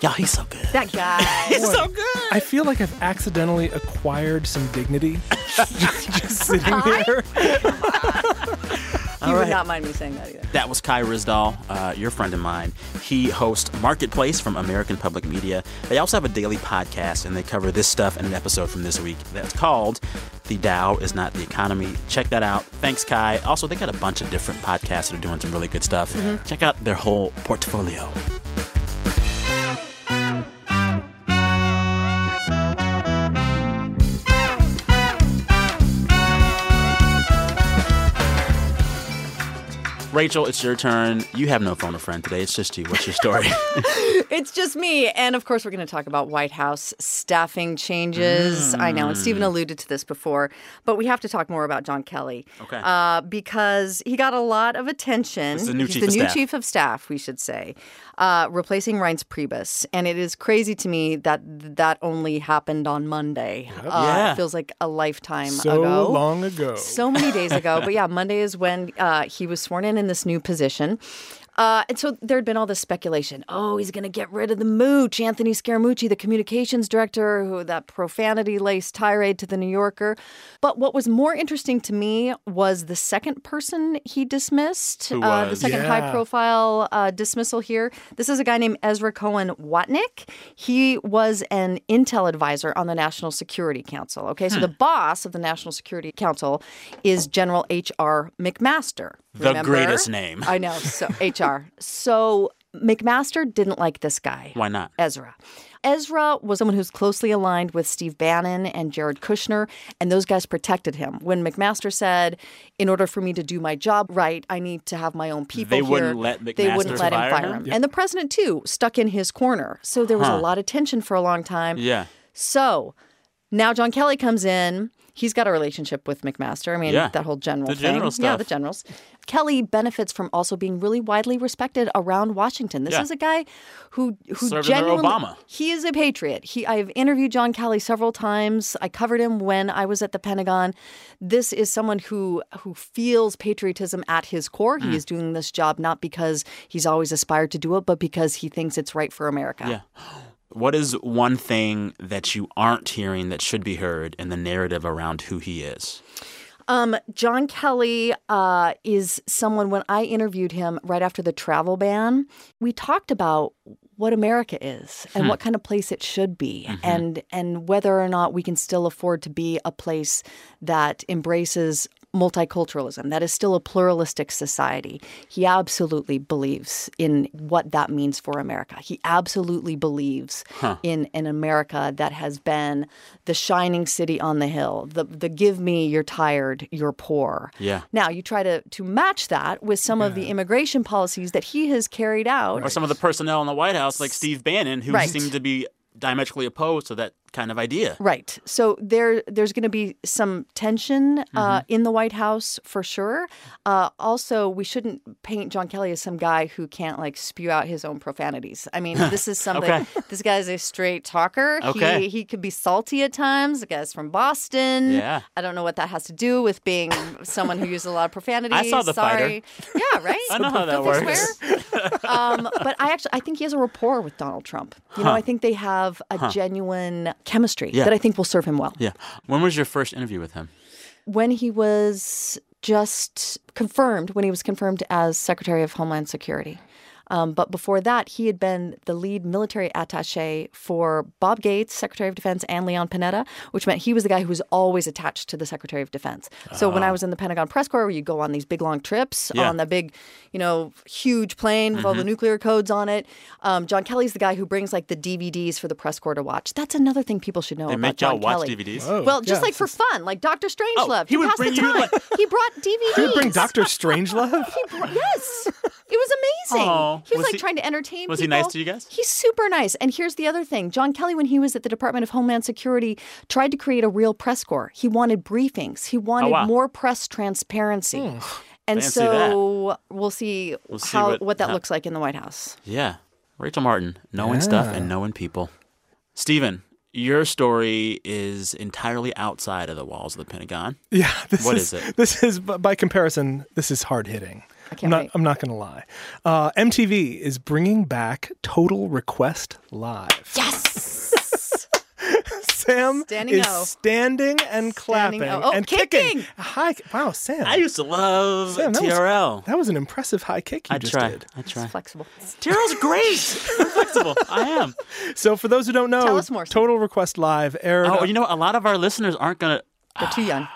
Speaker 3: Y'all, he's so good.
Speaker 5: That guy.
Speaker 3: He's so good.
Speaker 4: I feel like I've accidentally acquired some dignity just sitting here.
Speaker 5: you would not mind me saying that either.
Speaker 3: That was Kai Rizdahl, uh, your friend of mine. He hosts Marketplace from American Public Media. They also have a daily podcast, and they cover this stuff in an episode from this week that's called The Dow is Not the Economy. Check that out. Thanks, Kai. Also, they got a bunch of different podcasts that are doing some really good stuff. Check out their whole portfolio. Rachel, it's your turn. You have no phone a friend today. It's just you. What's your story?
Speaker 5: It's just me. And of course, we're going to talk about White House staffing changes. I know.
Speaker 3: Mm.
Speaker 5: And Stephen alluded to this before, but we have to talk more about John Kelly.
Speaker 3: Okay.
Speaker 5: Uh, because he got a lot of attention.
Speaker 3: This is the new
Speaker 5: He's
Speaker 3: chief
Speaker 5: the
Speaker 3: of
Speaker 5: new
Speaker 3: staff.
Speaker 5: chief of staff, we should say, uh, replacing Reince Priebus. And it is crazy to me that that only happened on Monday. Uh,
Speaker 3: Yeah.
Speaker 5: It feels like a lifetime
Speaker 4: So
Speaker 5: ago.
Speaker 4: long ago.
Speaker 5: So many days ago. But yeah, Monday is when uh, he was sworn in in this new position. Uh, and so there had been all this speculation. Oh, he's going to get rid of the mooch, Anthony Scaramucci, the communications director, who that profanity laced tirade to the New Yorker. But what was more interesting to me was the second person he dismissed,
Speaker 3: Who
Speaker 5: uh, the
Speaker 3: was?
Speaker 5: second
Speaker 4: Yeah.
Speaker 5: high profile uh, dismissal here. This is a guy named Ezra Cohen Watnick. He was an intel advisor on the National Security Council. Okay,
Speaker 3: Hmm.
Speaker 5: so the boss of the National Security Council is General H.R. McMaster.
Speaker 3: The
Speaker 5: Remember?
Speaker 3: greatest name.
Speaker 5: I know. So HR. So McMaster didn't like this guy.
Speaker 3: Why not?
Speaker 5: Ezra. Ezra was someone who's closely aligned with Steve Bannon and Jared Kushner, and those guys protected him. When McMaster said, "In order for me to do my job right, I need to have my own people,"
Speaker 3: They
Speaker 5: here,"
Speaker 3: wouldn't let
Speaker 5: They wouldn't
Speaker 3: McMaster
Speaker 5: let
Speaker 3: fire
Speaker 5: him fire
Speaker 3: him?
Speaker 5: him, and the president too stuck in his corner. So there was
Speaker 3: Huh.
Speaker 5: a lot of tension for a long time.
Speaker 3: Yeah.
Speaker 5: So now John Kelly comes in. He's got a relationship with McMaster. I mean,
Speaker 3: Yeah.
Speaker 5: that whole general
Speaker 3: The
Speaker 5: thing.
Speaker 3: general
Speaker 5: Yeah,
Speaker 3: stuff.
Speaker 5: the generals. Kelly benefits from also being really widely respected around Washington. This
Speaker 3: Yeah.
Speaker 5: is a guy who who
Speaker 3: Served under
Speaker 5: genuinely
Speaker 3: Obama.
Speaker 5: he is a patriot. He I've interviewed John Kelly several times. I covered him when I was at the Pentagon. This is someone who who feels patriotism at his core.
Speaker 3: Mm.
Speaker 5: He is doing this job not because he's always aspired to do it, but because he thinks it's right for America.
Speaker 3: Yeah. What is one thing that you aren't hearing that should be heard in the narrative around who he is?
Speaker 5: Um, John Kelly uh, is someone, when I interviewed him right after the travel ban, we talked about what America is and what kind of place it should be and, and whether or not we can still afford to be a place that embraces multiculturalism, that is still a pluralistic society. He absolutely believes in what that means for America. He absolutely believes in an America that has been the shining city on the hill, the, the give me, you're tired, you're poor.
Speaker 3: Yeah.
Speaker 5: Now, you try to, to match that with some of the immigration policies that he has carried out.
Speaker 3: Or some of the personnel in the White House, like Steve Bannon, who
Speaker 5: Right.
Speaker 3: seemed to be diametrically opposed to that kind of idea.
Speaker 5: Right. So there, there's going to be some tension uh,
Speaker 3: Mm-hmm.
Speaker 5: in the White House for sure. Uh, also, we shouldn't paint John Kelly as some guy who can't like spew out his own profanities. I mean, this is something.
Speaker 3: Okay.
Speaker 5: This guy's a straight talker.
Speaker 3: Okay.
Speaker 5: He he could be salty at times. The guy's from Boston.
Speaker 3: Yeah.
Speaker 5: I don't know what that has to do with being someone who uses a lot of profanity.
Speaker 3: I saw The
Speaker 5: Sorry. Yeah. Right.
Speaker 3: I know how that
Speaker 5: Don't they swear? um, but I actually I think he has a rapport with Donald Trump. You know, I think they have a genuine chemistry
Speaker 3: Yeah.
Speaker 5: that I think will serve him well.
Speaker 3: Yeah. When was your first interview with him?
Speaker 5: When he was just confirmed, when he was confirmed as Secretary of Homeland Security. Um, but before that, he had been the lead military attache for Bob Gates, Secretary of Defense, and Leon Panetta, which meant he was the guy who was always attached to the Secretary of Defense. So when I was in the Pentagon press corps, where you go on these big long trips
Speaker 3: Uh-huh. Yeah. Mm-hmm.
Speaker 5: on the big, you know, huge plane with all the nuclear codes on it, um, John Kelly's the guy who brings like the DVDs for the press corps to watch. That's another thing people should know
Speaker 3: They
Speaker 5: about
Speaker 3: make
Speaker 5: John
Speaker 3: y'all watch
Speaker 5: Kelly.
Speaker 3: DVDs.
Speaker 5: Well, just
Speaker 4: yeah.
Speaker 5: like for fun, like Doctor Strangelove.
Speaker 3: Oh, he
Speaker 5: to
Speaker 3: would
Speaker 5: pass
Speaker 3: bring
Speaker 5: the
Speaker 3: you,
Speaker 5: time.
Speaker 3: like-
Speaker 5: he brought DVDs.
Speaker 4: Did he bring Doctor Strangelove?
Speaker 5: He br- yes, it was amazing.
Speaker 3: Aw.
Speaker 5: he was,
Speaker 3: Was
Speaker 5: like
Speaker 3: he-
Speaker 5: trying to entertain.
Speaker 3: was he nice
Speaker 5: people.
Speaker 3: to you guys?
Speaker 5: He's super nice. And here's the other thing: John Kelly, when he was at the Department of Homeland Security, tried to create a real press corps. He wanted briefings. He wanted
Speaker 3: Oh, wow. Hmm.
Speaker 5: more press transparency. And
Speaker 3: Fancy
Speaker 5: so we'll see
Speaker 3: see
Speaker 5: how
Speaker 3: what-
Speaker 5: what that
Speaker 3: how-
Speaker 5: looks like in the White House.
Speaker 3: Yeah. Rachel Martin, knowing stuff and knowing people. Stephen, your story is entirely outside of the walls of the Pentagon.
Speaker 4: Yeah, this
Speaker 3: What
Speaker 4: is,
Speaker 3: is it?
Speaker 4: This is b- by comparison, this is hard hitting. I
Speaker 5: can't
Speaker 4: am not,
Speaker 5: wait.
Speaker 4: I'm not going to lie. Uh, MTV is bringing back Total Request Live.
Speaker 5: Yes.
Speaker 4: Sam
Speaker 5: Standing
Speaker 4: is
Speaker 5: O.
Speaker 4: standing and clapping
Speaker 5: O. Oh,
Speaker 4: and
Speaker 5: kicking!
Speaker 4: Hi, wow, Sam.
Speaker 3: I used to love
Speaker 4: Sam, that was-
Speaker 3: TRL.
Speaker 4: that was an impressive high kick you
Speaker 3: I
Speaker 4: just
Speaker 3: tried.
Speaker 4: did.
Speaker 3: I tried.
Speaker 5: Flexible.
Speaker 3: TRL's great. I'm flexible. I am.
Speaker 4: So, for those who don't know,
Speaker 5: Tell us more, Sam.
Speaker 4: Total Request Live aired.
Speaker 3: Oh, you know, what? a lot of our listeners aren't going to
Speaker 5: They're too young.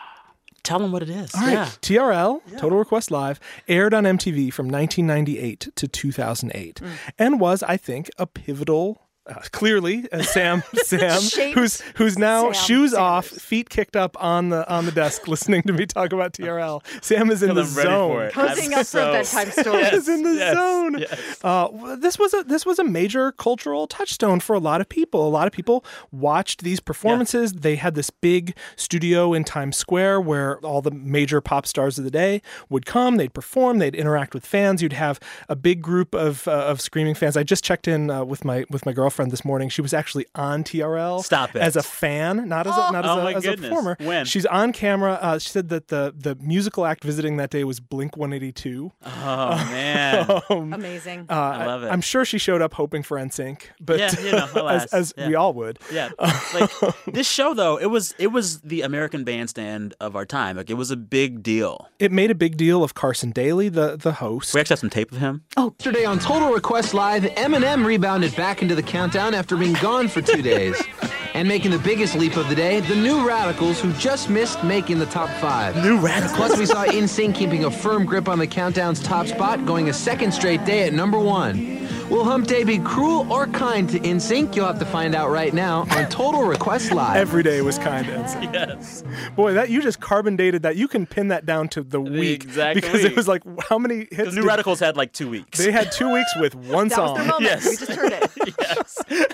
Speaker 3: tell them what it is.
Speaker 4: All right,
Speaker 3: Yeah.
Speaker 4: TRL, Total Request Live, aired on MTV from 1998 to 2008
Speaker 5: Mm.
Speaker 4: and was, I think, a pivotal. Uh, clearly, uh, Sam, Sam,
Speaker 5: Shaped
Speaker 4: who's who's now
Speaker 5: Sam
Speaker 4: shoes off,
Speaker 5: Sanders.
Speaker 4: feet kicked up on the on the desk, listening to me talk about TRL. Sam is in the
Speaker 3: I'm ready for
Speaker 4: zone.
Speaker 3: it.
Speaker 5: Posing up for bedtime stories.
Speaker 4: Sam is in the
Speaker 3: yes,
Speaker 4: zone. Uh, w- this was a this was a major cultural touchstone for a lot of people. A lot of people watched these performances. They had this big studio in Times Square where all the major pop stars of the day would come. They'd perform. They'd interact with fans. You'd have a big group of uh, of screaming fans. I just checked in uh, with my with my girlfriend this morning. She was actually on TRL.
Speaker 3: Stop it.
Speaker 4: As a fan, not as a, not as,
Speaker 3: Oh my
Speaker 4: a, as a
Speaker 3: goodness.
Speaker 4: performer.
Speaker 3: When?
Speaker 4: she's on camera, uh, she said that the the musical act visiting that day was Blink One Eighty Two.
Speaker 3: Oh, man.
Speaker 5: Amazing.
Speaker 4: Uh,
Speaker 3: I love it.
Speaker 4: am sure she showed up hoping for NSYNC, but
Speaker 3: Yeah, you know, alas,
Speaker 4: as, as
Speaker 3: yeah.
Speaker 4: we all would. Uh,
Speaker 3: Yeah, like this show though, it was it was the American bandstand of our time. Like it was a big deal.
Speaker 4: It made a big deal of Carson Daly, the the host.
Speaker 3: We actually have some tape of him.
Speaker 10: Yesterday on Total Request Live, Eminem rebounded back into the countdown after being gone for two days. And making the biggest leap of the day, the New Radicals, who just missed making the top five. New Radicals. Plus, we saw InSync keeping a firm grip on the countdown's top spot, going a second straight day at number one. Will Hump Day be cruel or kind to InSync? You'll have to find out right now on Total Request Live.
Speaker 4: Every day was kind of NSYNC.
Speaker 3: Yes.
Speaker 4: Boy, that you just carbon dated that. You can pin that down to the week
Speaker 3: exact
Speaker 4: because it
Speaker 3: week.
Speaker 4: was like how many hits?
Speaker 3: Because New
Speaker 4: did-
Speaker 3: Radicals had like two weeks.
Speaker 4: They had two weeks with one
Speaker 5: that was
Speaker 4: song.
Speaker 5: their moment.
Speaker 3: Yes.
Speaker 5: We just heard it.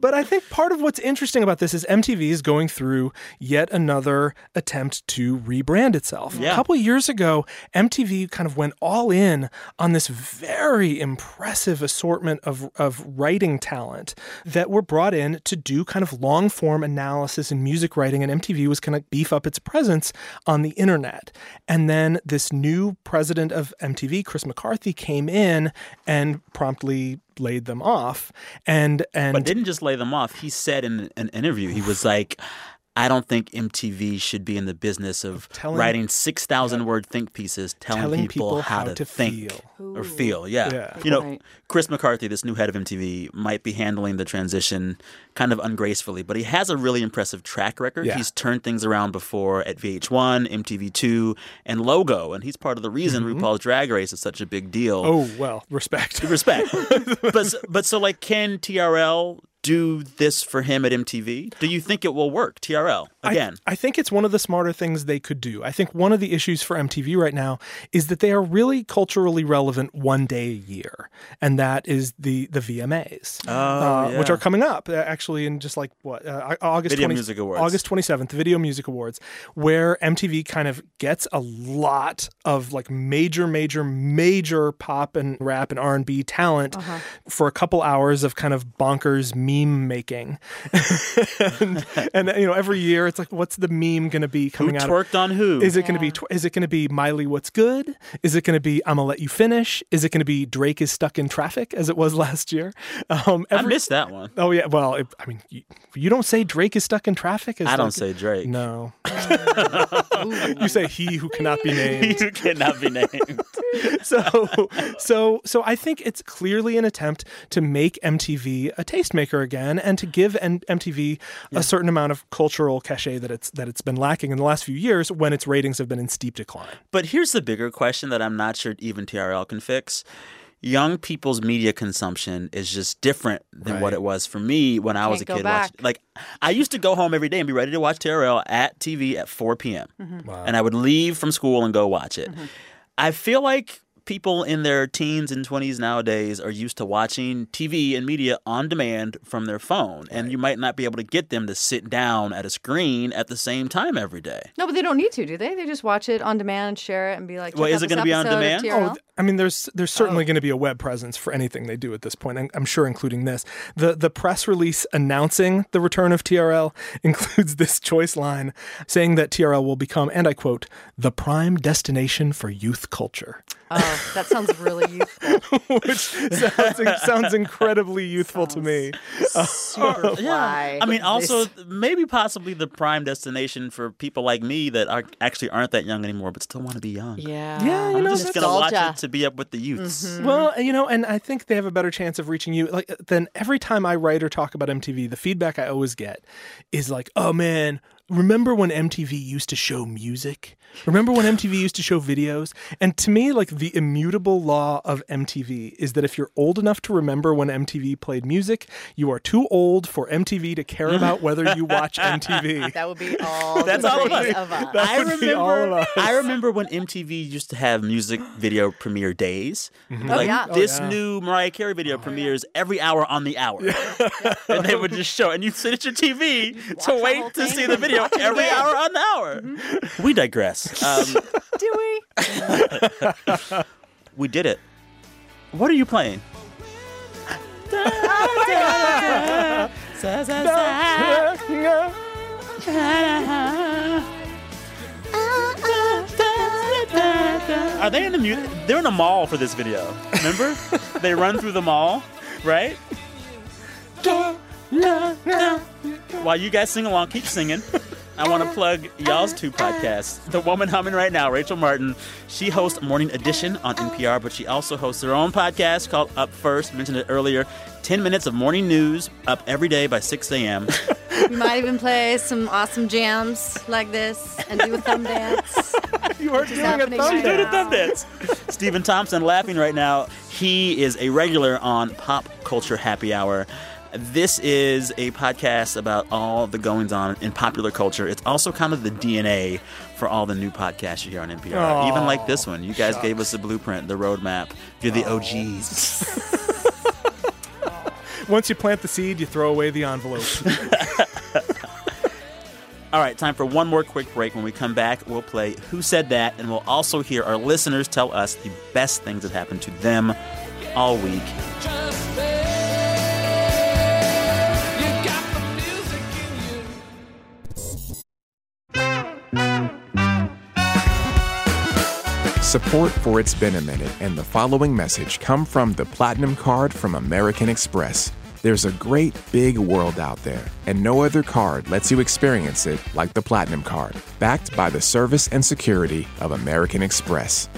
Speaker 4: But I think part of what's interesting about this is MTV is going through yet another attempt to rebrand itself.
Speaker 3: Yeah.
Speaker 4: A couple years ago, MTV kind of went all in on this very impressive assortment of, of writing talent that were brought in to do kind of long form analysis in music writing, and MTV was kind of beef up its presence on the internet. And then this new president of MTV, Chris McCarthy, came in and promptly laid them off. And and
Speaker 3: but didn't just lay them off. He said in an interview, he was like, I don't think MTV should be in the business of
Speaker 4: Telling-
Speaker 3: writing 6,000 word think pieces telling,
Speaker 4: Telling
Speaker 3: people,
Speaker 4: people
Speaker 3: how,
Speaker 4: how
Speaker 3: to,
Speaker 4: to
Speaker 3: think
Speaker 5: feel.
Speaker 3: or feel. Yeah.
Speaker 4: Yeah.
Speaker 3: You know,
Speaker 5: Right.
Speaker 3: Chris McCarthy, this new head of MTV, might be handling the transition kind of ungracefully, but he has a really impressive track record.
Speaker 4: Yeah.
Speaker 3: He's turned things around before at VH1, MTV2, and Logo, and he's part of the reason RuPaul's Drag Race is such a big deal
Speaker 4: Mm-hmm. Oh well, respect.
Speaker 3: respect. but but so like, can TRL do this for him at MTV? Do you think it will work? TRL again.
Speaker 4: I, I think it's one of the smarter things they could do. I think one of the issues for MTV right now is that they are really culturally relevant one day a year, and that is the the VMAs, uh, which
Speaker 3: Oh, yeah.
Speaker 4: are coming up uh, actually in just like what uh, Au- August
Speaker 3: Video
Speaker 4: 20
Speaker 3: Music Awards.
Speaker 4: August twenty seventh, the Video Music Awards, where MTV kind of gets a lot of like major, major, major pop and rap and R and B talent for a couple hours of kind of bonkers meme making. and, and you know every year it's like what's the meme going to be
Speaker 3: who
Speaker 4: coming out of-
Speaker 3: twerked on who?
Speaker 4: is it going to be tw- is it going to be Miley what's good is it going to be I'm gonna let you finish is it going to be Drake is stuck in traffic as it was last year um
Speaker 3: I
Speaker 4: every-
Speaker 3: missed that one.
Speaker 4: oh yeah well it, I mean you, you don't say Drake is stuck in traffic as
Speaker 3: I don't
Speaker 4: like-
Speaker 3: say Drake.
Speaker 4: no you say he who cannot be named
Speaker 3: You cannot be named.
Speaker 4: so so so I think it's clearly an attempt to make MTV a tastemaker again and to give N- MTV a certain amount of cultural cachet that it's that it's been lacking in the last few years when its ratings have been in steep decline.
Speaker 3: But here's the bigger question that I'm not sure even TRL can fix. Young people's media consumption is just different than what it was for me when I was a
Speaker 5: Can't go
Speaker 3: kid. watching-
Speaker 5: back.
Speaker 3: like, I used to go home every day and be ready to watch TRL at TV at 4 p.m.
Speaker 5: Mm-hmm.
Speaker 4: Wow.
Speaker 3: And I would leave from school and go watch it. I feel like people in their teens and 20s nowadays are used to watching TV and media on demand from their phone. And you might not be able to get them to sit down at a screen at the same time every day.
Speaker 5: No, but they don't need to, do they? They just watch it on demand, share it, and be like,
Speaker 3: Well,
Speaker 5: check
Speaker 3: is
Speaker 5: out
Speaker 3: it
Speaker 5: going
Speaker 3: gonna
Speaker 5: to
Speaker 3: be on demand?
Speaker 4: Oh, th- I mean, there's there's certainly
Speaker 3: Oh.
Speaker 4: going to be a web presence for anything they do at this point. I'm, I'm sure, including this. the The press release announcing the return of TRL includes this choice line, saying that TRL will become, and I quote, "the prime destination for youth culture,"
Speaker 5: oh, that sounds really useful.
Speaker 4: which sounds sounds incredibly youthful to me.
Speaker 5: Super fly.
Speaker 3: I mean, also
Speaker 5: This-
Speaker 3: maybe possibly the prime destination for people like me that are actually aren't that young anymore, but still want to be young.
Speaker 5: Yeah.
Speaker 4: Yeah, you
Speaker 3: I'm
Speaker 4: know,
Speaker 3: just
Speaker 4: that's-
Speaker 3: gonna watch
Speaker 5: nostalgia. Mm-hmm.
Speaker 3: it to be up with the youths.
Speaker 4: Well, you know, and I think they have a better chance of reaching you. Like then every time I write or talk about MTV, the feedback I always get is like, "Oh man, remember when MTV used to show music? Remember when MTV used to show videos?" And to me, like the immutable law of MTV is that if you're old enough to remember when MTV played music, you are too old for MTV to care about whether you watch MTV.
Speaker 5: That would be all
Speaker 3: That's
Speaker 5: the
Speaker 3: all of
Speaker 5: three
Speaker 3: us.
Speaker 5: of us.
Speaker 4: That
Speaker 3: I
Speaker 4: would be all of
Speaker 3: remember.
Speaker 4: us.
Speaker 3: I remember when MTV used to have music video premiere days. Like
Speaker 5: yeah. Oh,
Speaker 3: this
Speaker 4: Mm-hmm. yeah.
Speaker 3: new Mariah Carey video premieres every hour on the hour, and they would just show. And you'd sit at your TV to
Speaker 5: the whole
Speaker 3: wait to
Speaker 5: thing
Speaker 3: see
Speaker 5: and
Speaker 3: the video
Speaker 5: watch it
Speaker 3: every
Speaker 5: again. Mm-hmm.
Speaker 3: hour on the hour. We digress. Um,
Speaker 5: Do we?
Speaker 3: we did it. What are you playing? Are they in the mu- They're in a mall for this video. Remember? they run through the mall, right? While you guys sing along, keep singing. I want to plug y'all's two podcasts. The woman humming right now, Rachel Martin. She hosts Morning Edition on NPR, but she also hosts her own podcast called Up First. Mentioned it earlier. Ten minutes of morning news up every day by 6 a.m.
Speaker 5: We might even play some awesome jams like this and do a thumb dance.
Speaker 4: You are doing a
Speaker 5: happening
Speaker 4: thumb
Speaker 5: right
Speaker 4: down.
Speaker 5: now.
Speaker 3: Should've done that. Stephen Thompson laughing right now. He is a regular on Pop Culture Happy Hour. This is a podcast about all the goings on in popular culture. It's also kind of the DNA for all the new podcasts you hear on NPR. Even like this one. You guys gave us the blueprint, the roadmap. You're the OGs.
Speaker 4: Once you plant the seed, you throw away the envelope.
Speaker 3: All right, time for one more quick break. When we come back, we'll play Who Said That, and we'll also hear our listeners tell us the best things that happened to them all week.
Speaker 7: Support for It's Been a Minute and the following message come from the Platinum Card from American Express. There's a great big world out there, and no other card lets you experience it like the Platinum Card, backed by the service and security of American Express.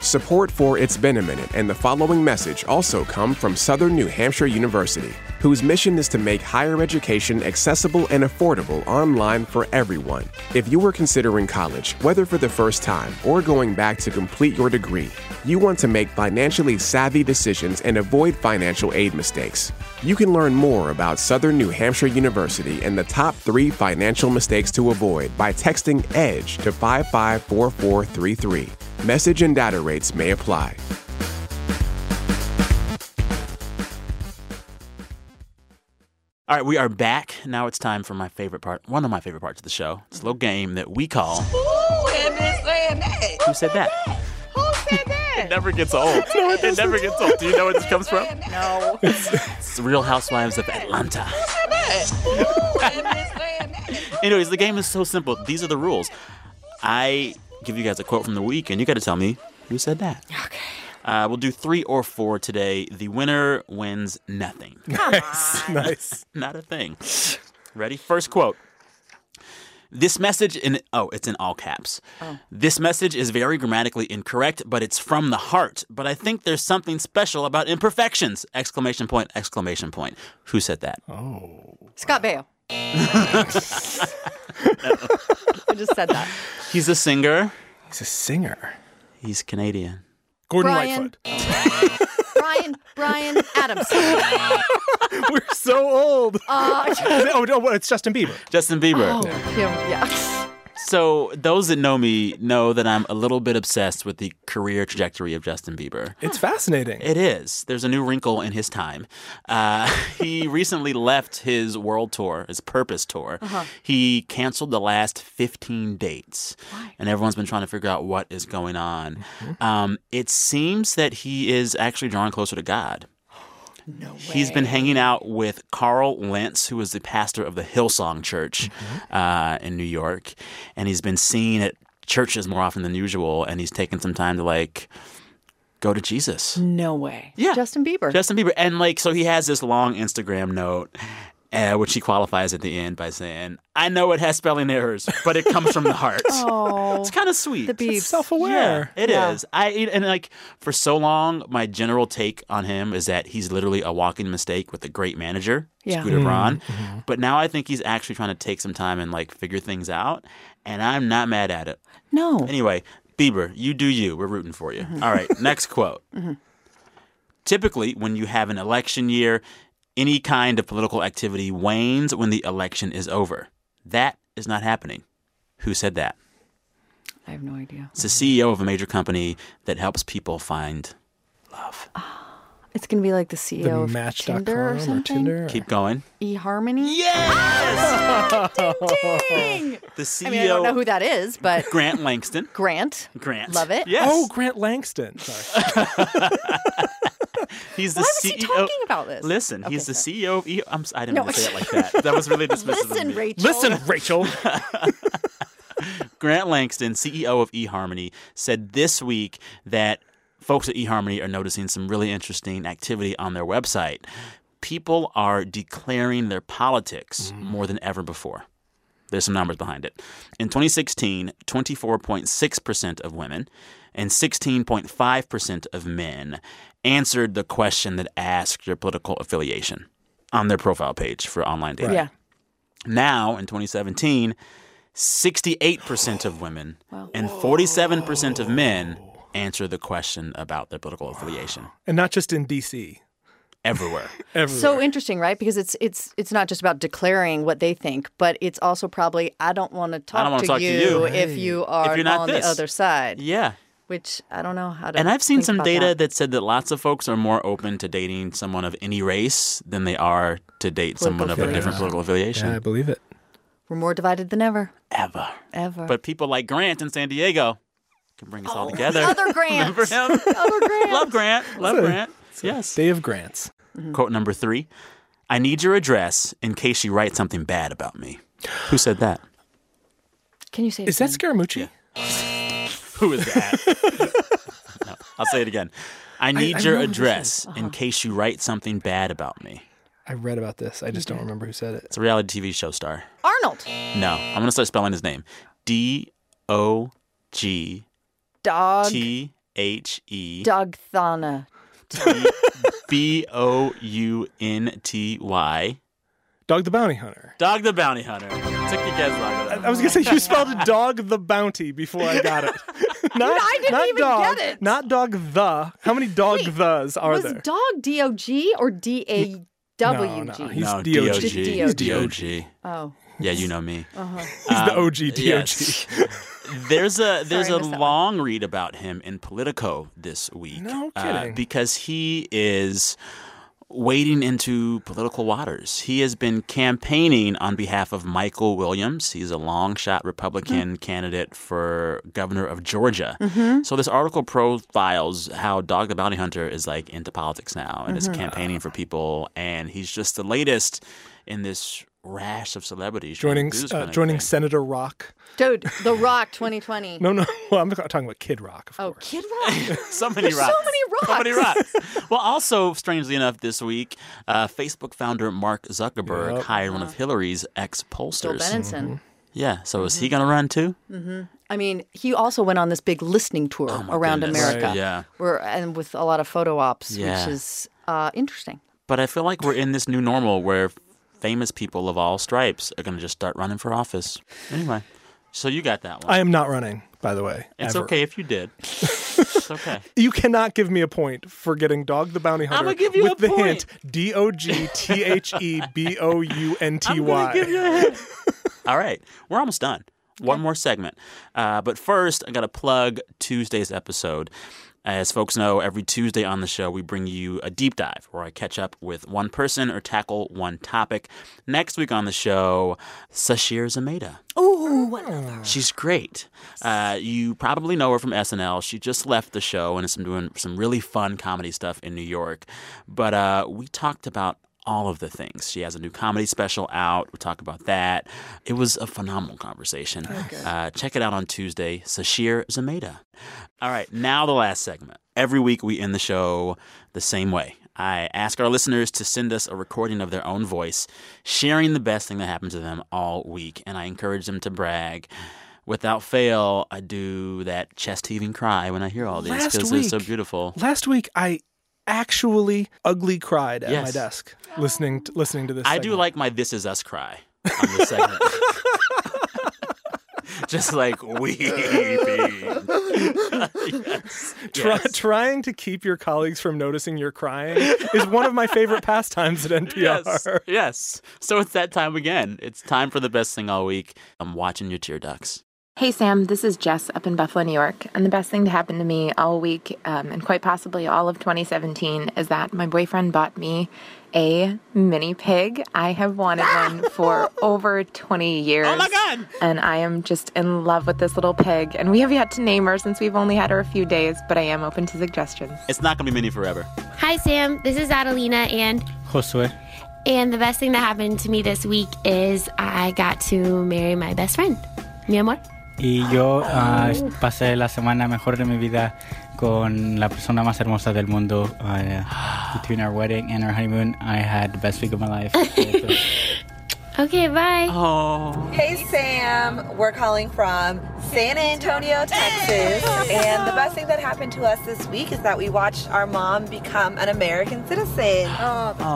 Speaker 7: Support for It's Been a Minute and the following message also come from Southern New Hampshire University, whose mission is to make higher education accessible and affordable online for everyone. If you are considering college, whether for the first time or going back to complete your degree, you want to make financially savvy decisions and avoid financial aid mistakes. You can learn more about Southern New Hampshire University and the top three financial mistakes to avoid by texting E EDGE to 554433. Message and data rates may apply.
Speaker 3: All right, we are back. Now it's time for my favorite part, one of my favorite parts of the show. It's a little game that we call Who Said That? It never gets old. it, never gets old. Do you know where this comes from?
Speaker 5: No.
Speaker 3: It's Real Housewives of Atlanta. Anyways, the game is so simple. These are the rules. I give you guys a quote from the week, and you got to tell me who said that. Okay. Uh, we'll do three or four today. The winner wins nothing.
Speaker 4: nice.
Speaker 3: Not a thing. Ready? First quote This message in oh, it's in all caps. This message is very grammatically incorrect, but it's from the heart. But I think there's something special about imperfections! Exclamation point! Exclamation point! Who said that?
Speaker 5: Scott Baio. I just said that.
Speaker 3: He's a singer.
Speaker 4: He's a singer.
Speaker 3: He's Canadian.
Speaker 4: Gordon
Speaker 5: Brian.
Speaker 4: Lightfoot.
Speaker 5: Brian, Brian Adams.
Speaker 4: We're so old.
Speaker 5: Uh,
Speaker 4: oh, no, it's Justin Bieber.
Speaker 3: Justin Bieber.
Speaker 5: oh, yeah. yeah.
Speaker 3: So those that know me know that I'm a little bit obsessed with the career trajectory of Justin Bieber.
Speaker 4: It's fascinating.
Speaker 3: It is. There's a new wrinkle in his time. Uh, he recently left his world tour, his purpose tour. He canceled the last 15 dates. And everyone's been trying to figure out what is going on. Um, it seems that he is actually drawing closer to God. No way. He's been hanging out with Carl Lentz, who is the pastor of the Hillsong Church uh, in New York. And he's been seen at churches more often than usual. And he's taken some time to like go to Jesus.
Speaker 5: No way.
Speaker 3: Yeah.
Speaker 5: Justin Bieber.
Speaker 3: Justin Bieber. And like, so he has this long Instagram note, uh, which he qualifies at the end by saying, I know it has spelling errors, but it comes from the heart.
Speaker 5: oh,
Speaker 3: It's kind of sweet.
Speaker 5: the
Speaker 3: It's
Speaker 5: Biebs.
Speaker 4: Self-aware.
Speaker 3: Yeah, it is.
Speaker 5: Yeah.
Speaker 3: I and like for so long, my general take on him is that he's literally a walking mistake with a great manager,
Speaker 5: Yeah.
Speaker 3: Scooter Braun. But now I think he's actually trying to take some time and like figure things out, and I'm not mad at it.
Speaker 5: No.
Speaker 3: Anyway, Bieber, you do you. We're rooting for you.
Speaker 5: Mm-hmm.
Speaker 3: All right, next quote. Typically, when you have an election year, any kind of political activity wanes when the election is over. That is not happening. Who said that?
Speaker 5: I have no idea.
Speaker 3: It's the CEO of a major company that helps people find.
Speaker 5: It's going to be like the CEO
Speaker 4: The
Speaker 5: of
Speaker 4: Match.com
Speaker 5: Tinder or something.
Speaker 4: Tinder.
Speaker 3: Keep going.
Speaker 5: eHarmony.
Speaker 3: Yes!
Speaker 5: Ding!
Speaker 3: The CEO,
Speaker 5: I mean, I don't know who that is, but
Speaker 3: Grant Langston.
Speaker 5: E Grant.
Speaker 3: Grant.
Speaker 5: Love it.
Speaker 3: Yes.
Speaker 4: Oh, Grant Langston. Sorry.
Speaker 3: he's the
Speaker 5: Why was
Speaker 3: CEO.
Speaker 5: he talking about this?
Speaker 3: Listen,
Speaker 5: Okay,
Speaker 3: he's the
Speaker 5: sorry.
Speaker 3: CEO of E. I'm, s- I didn't
Speaker 5: No.
Speaker 3: mean to say it like that. That was really dismissive.
Speaker 5: Listen,
Speaker 3: of me.
Speaker 5: Rachel.
Speaker 4: Listen, Rachel.
Speaker 3: Grant Langston, CEO of eHarmony, said this week that folks at eHarmony are noticing some really interesting activity on their website. People are declaring their politics more than ever before. There's some numbers behind it. In 2016, 24.6% of women and 16.5% of men answered the question that asked your political affiliation on their profile page for online dating.
Speaker 5: Yeah.
Speaker 3: Now, in 2017, 68% of women and 47% of men answer the question about their political affiliation
Speaker 4: and not just in D.C.
Speaker 3: everywhere.
Speaker 4: Everywhere.
Speaker 5: So interesting, right? Because it's it's it's not just about declaring what they think, but it's also probably I don't want to
Speaker 3: don't
Speaker 5: talk
Speaker 3: wanna
Speaker 5: to
Speaker 3: talk to you.
Speaker 5: you if you are
Speaker 3: you're not
Speaker 5: on
Speaker 3: this.
Speaker 5: the other side.
Speaker 3: yeah.
Speaker 5: Which I don't know how to.
Speaker 3: And I've seen
Speaker 5: think
Speaker 3: some
Speaker 5: about
Speaker 3: data that.
Speaker 5: that.
Speaker 3: said that lots of folks are more open to dating someone of any race than they are to date someone of a different political affiliation.
Speaker 4: yeah, I believe it.
Speaker 5: we're more divided than ever,
Speaker 3: Ever.
Speaker 5: ever.
Speaker 3: But people like Grant in San Diego can bring us all together.
Speaker 5: Oh, other Grant,
Speaker 3: Remember him?
Speaker 5: other Grant.
Speaker 3: Love Grant. Love Grant. Yes.
Speaker 4: Day of Grants.
Speaker 5: Mm-hmm.
Speaker 3: Quote number three I need your address in case you write something bad about me. Who said that?
Speaker 5: Can you say it
Speaker 4: Is that
Speaker 5: again?
Speaker 4: Scaramucci?
Speaker 3: Who is that? No, I'll say it again. I need
Speaker 4: I
Speaker 3: your
Speaker 4: know who this is. Uh-huh.
Speaker 3: address in case you write something bad about me.
Speaker 4: I read about this. I just don't remember who said it.
Speaker 3: It's a reality TV show star.
Speaker 5: Arnold?
Speaker 3: No, I'm going to start spelling his name D O G
Speaker 5: Dog,
Speaker 3: T H E
Speaker 5: Dog Thana.
Speaker 3: B O U N T Y.
Speaker 4: Dog the Bounty Hunter.
Speaker 3: Dog the Bounty Hunter. Took your guess, Dog.
Speaker 4: I was gonna say you spelled Dog the Bounty before I got it. Not,
Speaker 5: I didn't
Speaker 4: not
Speaker 5: even
Speaker 4: dog,
Speaker 5: get it.
Speaker 4: Not dog the. How many dog the's are
Speaker 5: Was
Speaker 4: there?
Speaker 5: dog D O G or D A W
Speaker 4: No, no,
Speaker 5: G?
Speaker 4: he's
Speaker 3: no,
Speaker 4: DOG.
Speaker 3: DOG.
Speaker 5: He's
Speaker 3: DOG.
Speaker 5: Oh,
Speaker 3: Yeah, you know me.
Speaker 4: He's the OG DOG.
Speaker 3: Um, Yes. there's a there's a
Speaker 5: missed that one.
Speaker 3: long read about him in Politico this week.
Speaker 4: No
Speaker 3: uh,
Speaker 4: kidding.
Speaker 3: because he is wading into political waters. He has been campaigning on behalf of Michael Williams. He's a long shot
Speaker 5: Mm-hmm.
Speaker 3: Republican candidate for governor of Georgia. So this article profiles how Dog the Bounty Hunter is like into politics now and
Speaker 5: Mm-hmm.
Speaker 3: is campaigning for people and he's just the latest in this rash of celebrities trying to
Speaker 4: Joining
Speaker 3: do this
Speaker 4: uh,
Speaker 3: kind of
Speaker 4: joining
Speaker 3: thing.
Speaker 4: Senator Rock.
Speaker 5: dude, The Rock 2020.
Speaker 4: No, no. Well, I'm talking about Kid Rock. Of
Speaker 5: Oh,
Speaker 4: course.
Speaker 5: Kid Rock.
Speaker 3: so many
Speaker 5: There's so
Speaker 3: rocks.
Speaker 5: many
Speaker 3: So many
Speaker 5: rocks.
Speaker 3: rocks. well, also, strangely enough, this week, uh, Facebook founder Mark Zuckerberg
Speaker 4: Yep.
Speaker 3: hired one of Hillary's ex
Speaker 5: Bill Mm-hmm.
Speaker 3: pollsters.
Speaker 5: Benenson.
Speaker 3: Yeah. So is he going to run too?
Speaker 5: hmm I mean, he also went on this big listening tour around
Speaker 3: goodness. Right.
Speaker 5: America,
Speaker 3: Yeah.
Speaker 5: where, and with a lot of photo ops,
Speaker 3: Yeah.
Speaker 5: which is uh, interesting.
Speaker 3: But I feel like we're in this new normal where famous people of all stripes are going to just start running for office. Anyway, so you got that one.
Speaker 4: I am not running, by the way.
Speaker 3: it's
Speaker 4: ever.
Speaker 3: okay if you did. it's okay.
Speaker 4: You cannot give me a point for getting Dog the Bounty Hunter
Speaker 3: I'ma give you
Speaker 4: with
Speaker 3: a
Speaker 4: the
Speaker 3: point.
Speaker 4: hint D O G T H E B O U N T
Speaker 3: I'm gonna give
Speaker 4: Y.
Speaker 3: you a hint. All right, we're almost done. One more segment, uh, but first I got to plug Tuesday's episode. As folks know, every Tuesday on the show, we bring you a deep dive where I catch up with one person or tackle one topic. Next week on the show, Sashir Zameda.
Speaker 5: Ooh,
Speaker 3: She's great. Uh, you probably know her from SNL. She just left the show and is doing some really fun comedy stuff in New York. But uh, we talked about all of the things. She has a new comedy special out. We talked about that. It was a phenomenal conversation. Uh, check it out on Tuesday. Sashir Zameda. All right, now the last segment. Every week we end the show the same way. I ask our listeners to send us a recording of their own voice, sharing the best thing that happened to them all week, and I encourage them to brag. Without fail, I do that chest heaving cry when I hear all these
Speaker 4: Last
Speaker 3: because they're so
Speaker 4: week-
Speaker 3: beautiful.
Speaker 4: Last week, I actually ugly cried at my
Speaker 3: Yes.
Speaker 4: desk listening to, listening to this.
Speaker 3: I do
Speaker 4: segment.
Speaker 3: like my "This Is Us" cry on this segment. Just like weeping. yes.
Speaker 4: Try,
Speaker 3: Yes.
Speaker 4: Trying to keep your colleagues from noticing you're crying is one of my favorite pastimes at NPR.
Speaker 3: Yes. Yes. So it's that time again. It's time for the best thing all week. I'm watching your tear ducts.
Speaker 11: Hey Sam, this is Jess up in Buffalo, New York, and the best thing to happen to me all week, um, and quite possibly all of 2017, is that my boyfriend bought me a mini pig. I have wanted one for over 20 years. Oh my
Speaker 3: god!
Speaker 11: And I am just in love with this little pig, and we have yet to name her since we've only had her a few days, but I am open to suggestions.
Speaker 3: It's not going to be mini forever.
Speaker 12: Hi, Sam. This is Adelina, and
Speaker 3: Josue.
Speaker 12: and the best thing that happened to me this week is I got to marry my best friend, mi amor.
Speaker 13: Y yo ah, pasé la semana mejor de mi vida con la persona más hermosa del mundo. Ah, between our wedding and our honeymoon, I had the best week of my life.
Speaker 12: Okay, bye.
Speaker 3: Oh.
Speaker 14: Hey Sam, we're calling from San Antonio, Texas. And the best thing that happened to us this week is that we watched our mom become an American citizen.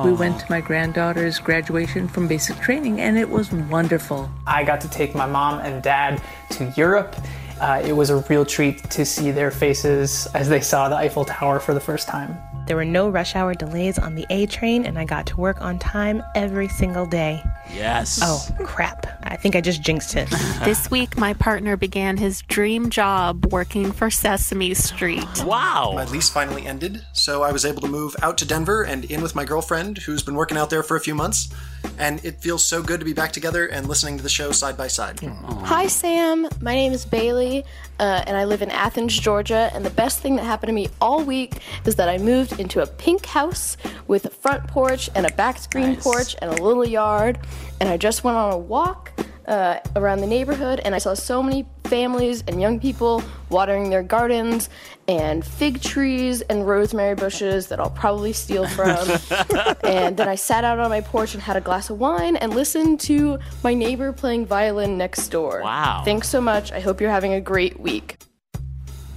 Speaker 9: We went to my granddaughter's graduation from basic training and it was wonderful.
Speaker 1: I got to take my mom and dad to Europe. Uh, it was a real treat to see their faces as they saw the Eiffel Tower for the first time.
Speaker 15: There were no rush hour delays on the A train, and I got to work on time every single day.
Speaker 3: Yes.
Speaker 15: Oh, crap. I think I just jinxed it.
Speaker 7: This week, my partner began his dream job working for Sesame Street.
Speaker 3: Wow.
Speaker 16: My lease finally ended, so I was able to move out to Denver and in with my girlfriend, who's been working out there for a few months. And it feels so good to be back together and listening to the show side by side.
Speaker 8: Hi, Sam. My name is Bailey, uh, and I live in Athens, Georgia. And the best thing that happened to me all week is that I moved into a pink house with a front porch and a back screen porch and a little yard. And I just went on a walk uh, around the neighborhood, and I saw so many families and young people watering their gardens and fig trees and rosemary bushes that I'll probably steal from. and then I sat out on my porch and had a glass of wine and listened to my neighbor playing violin next door.
Speaker 3: Wow.
Speaker 8: Thanks so much. I hope you're having a great week.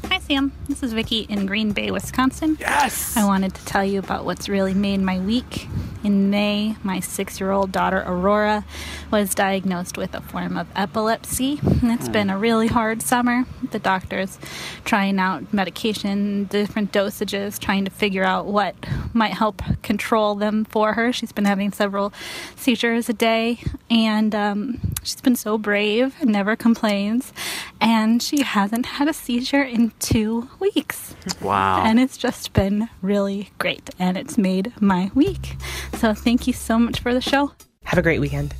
Speaker 7: Hi, Sam. This is Vicky in Green Bay, Wisconsin.
Speaker 4: Yes!
Speaker 7: I wanted to tell you about what's really made my week. In May, my six year old daughter Aurora was diagnosed with a form of epilepsy. It's been a really hard summer. The doctors trying out medication, different dosages, trying to figure out what might help control them for her. She's been having several seizures a day, and um, she's been so brave and never complains. And she hasn't had a seizure in two weeks.
Speaker 3: Wow.
Speaker 7: And it's just been really great and it's made my week. So thank you so much for the show.
Speaker 15: Have a great weekend.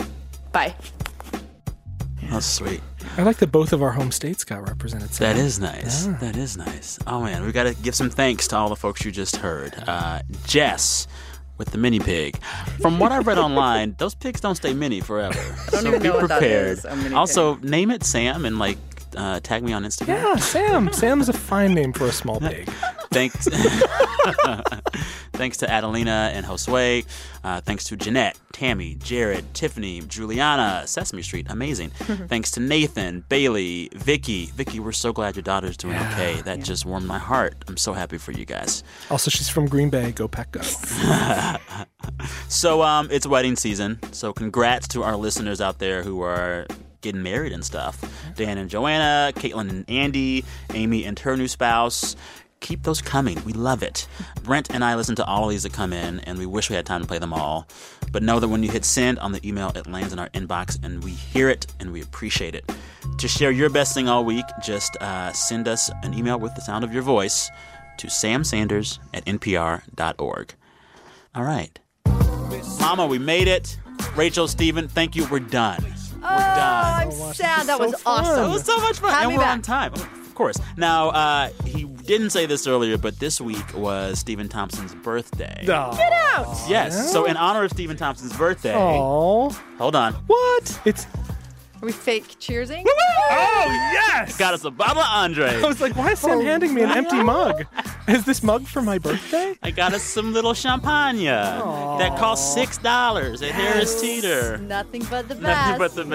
Speaker 8: Bye.
Speaker 5: Oh,
Speaker 3: That's sweet.
Speaker 4: I like that both of our home states got represented.
Speaker 3: That is nice. That is nice. Oh man, we got to give some thanks to all the folks you just heard. Uh, Jess with the mini pig. From what I read online, those pigs don't stay mini forever.
Speaker 17: don't
Speaker 3: so
Speaker 17: even
Speaker 3: be
Speaker 17: know what that
Speaker 3: prepared.
Speaker 17: is, a mini
Speaker 3: also, name it Sam and like uh, tag me on Instagram.
Speaker 4: Yeah, Sam. Sam's a fine name for a small pig.
Speaker 3: Thanks. Thanks to Adelina and Josue. Uh, thanks to Jeanette, Tammy, Jared, Tiffany, Juliana, Sesame Street. Amazing. thanks to Nathan, Bailey, Vicky. Vicky, we're so glad your daughter's doing okay. That just warmed my heart. I'm so happy for you guys.
Speaker 4: Also, she's from Green Bay. Go Pack Go.
Speaker 3: so um, it's wedding season. So congrats to our listeners out there who are getting married and stuff. Dan and Joanna, Caitlin and Andy, Amy and her new spouse. Keep those coming. We love it. Brent and I listen to all of these that come in, and we wish we had time to play them all. But know that when you hit send on the email, it lands in our inbox, and we hear it and we appreciate it. To share your best thing all week, just uh, send us an email with the sound of your voice to samsanders at npr.org. All right. Mama, we made it. Rachel, Steven, thank you. We're done.
Speaker 5: Oh, I'm sad. That was awesome.
Speaker 3: It was so much fun.
Speaker 5: Have
Speaker 3: and
Speaker 5: me
Speaker 3: we're
Speaker 5: back.
Speaker 3: on time. Oh, Of course. Now, uh, he didn't say this earlier, but this week was Stephen Thompson's birthday.
Speaker 4: Oh,
Speaker 5: Get out.
Speaker 3: Yes. So, in honor of Stephen Thompson's birthday.
Speaker 4: Aww.
Speaker 3: Hold on.
Speaker 4: What? It's
Speaker 5: Are we fake cheersing?
Speaker 4: Oh, yes. Oh,
Speaker 3: got us a Baba Andre.
Speaker 4: I was like, why is Sam handing me an empty mug? Is this mug for my birthday?
Speaker 3: I got us some little champagne that cost six dollars at Harris Teeter.
Speaker 5: Nothing but the
Speaker 3: Nothing
Speaker 5: best.
Speaker 3: but the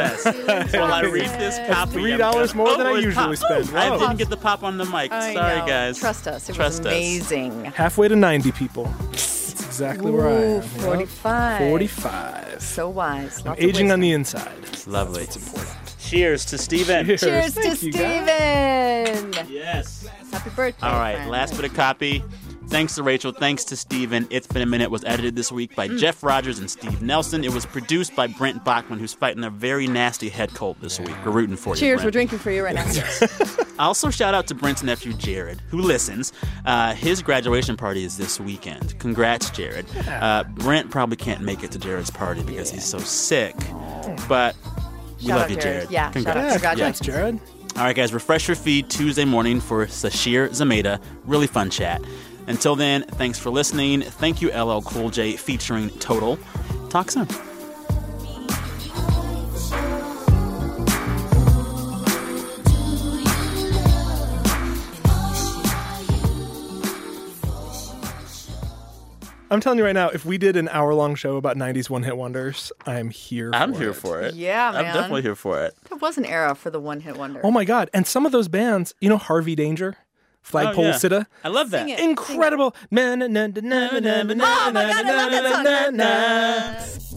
Speaker 3: best. Will I read this
Speaker 5: That's
Speaker 3: copy?
Speaker 4: three
Speaker 3: I've
Speaker 4: dollars
Speaker 3: got-
Speaker 4: more than
Speaker 3: Oh,
Speaker 4: I
Speaker 3: it's
Speaker 4: usually
Speaker 3: pop.
Speaker 4: spend.
Speaker 3: I
Speaker 4: Wow.
Speaker 3: didn't get the pop on the mic.
Speaker 5: I
Speaker 3: Sorry,
Speaker 5: know.
Speaker 3: guys.
Speaker 5: Trust us. It was
Speaker 3: Trust us.
Speaker 5: amazing.
Speaker 4: Halfway to 90 people. That's exactly where I
Speaker 5: Ooh,
Speaker 4: am. you know?
Speaker 5: 45.
Speaker 4: 45.
Speaker 5: So wise.
Speaker 4: I'm
Speaker 5: Lots of
Speaker 4: aging on
Speaker 5: wisdom.
Speaker 4: the inside.
Speaker 3: It's lovely. It's important. Cheers to Steven.
Speaker 5: Cheers to Steven.
Speaker 3: Yes.
Speaker 5: Happy birthday.
Speaker 3: All right,
Speaker 5: friend.
Speaker 3: last bit of copy. Thanks to Rachel. Thanks to Steven. It's Been a Minute was edited this week by
Speaker 5: Mm.
Speaker 3: Jeff Rogers and Steve Nelson. It was produced by Brent Bachman, who's fighting a very nasty head cold this week. We're rooting for you.
Speaker 5: Cheers.
Speaker 3: Brent.
Speaker 5: We're drinking for you right now.
Speaker 3: Also, shout out to Brent's nephew, Jared, who listens. Uh, his graduation party is this weekend. Congrats, Jared. Uh, Brent probably can't make it to Jared's party because he's so sick. But we
Speaker 5: Shout
Speaker 3: love
Speaker 5: out
Speaker 3: you,
Speaker 5: Jared.
Speaker 3: Jared.
Speaker 5: Yeah, shout out.
Speaker 3: Congrats.
Speaker 5: Congratulations.
Speaker 3: Yeah.
Speaker 4: Jared.
Speaker 3: All right, guys, refresh your feed Tuesday morning for Sashir Zameda. Really fun chat. Until then, thanks for listening. Thank you, LL Cool J, featuring Total. Talk soon.
Speaker 4: I'm telling you right now, if we did an hour long show about 90s one hit wonders, I'm here
Speaker 3: I'm
Speaker 4: for
Speaker 3: here
Speaker 4: it.
Speaker 3: for it.
Speaker 5: Yeah,
Speaker 3: I'm
Speaker 5: man.
Speaker 3: definitely here for it.
Speaker 5: That was an era for the one hit wonder.
Speaker 4: Oh my God. And some of those bands, you know, Harvey Danger, Flagpole
Speaker 3: Oh, yeah.
Speaker 4: Sitta.
Speaker 3: I love that.
Speaker 4: Incredible. Na, na, na, na, na, na, na,
Speaker 5: Oh my
Speaker 4: na,
Speaker 5: God, I love
Speaker 4: na,
Speaker 5: that
Speaker 4: na,
Speaker 5: song.
Speaker 4: na, na.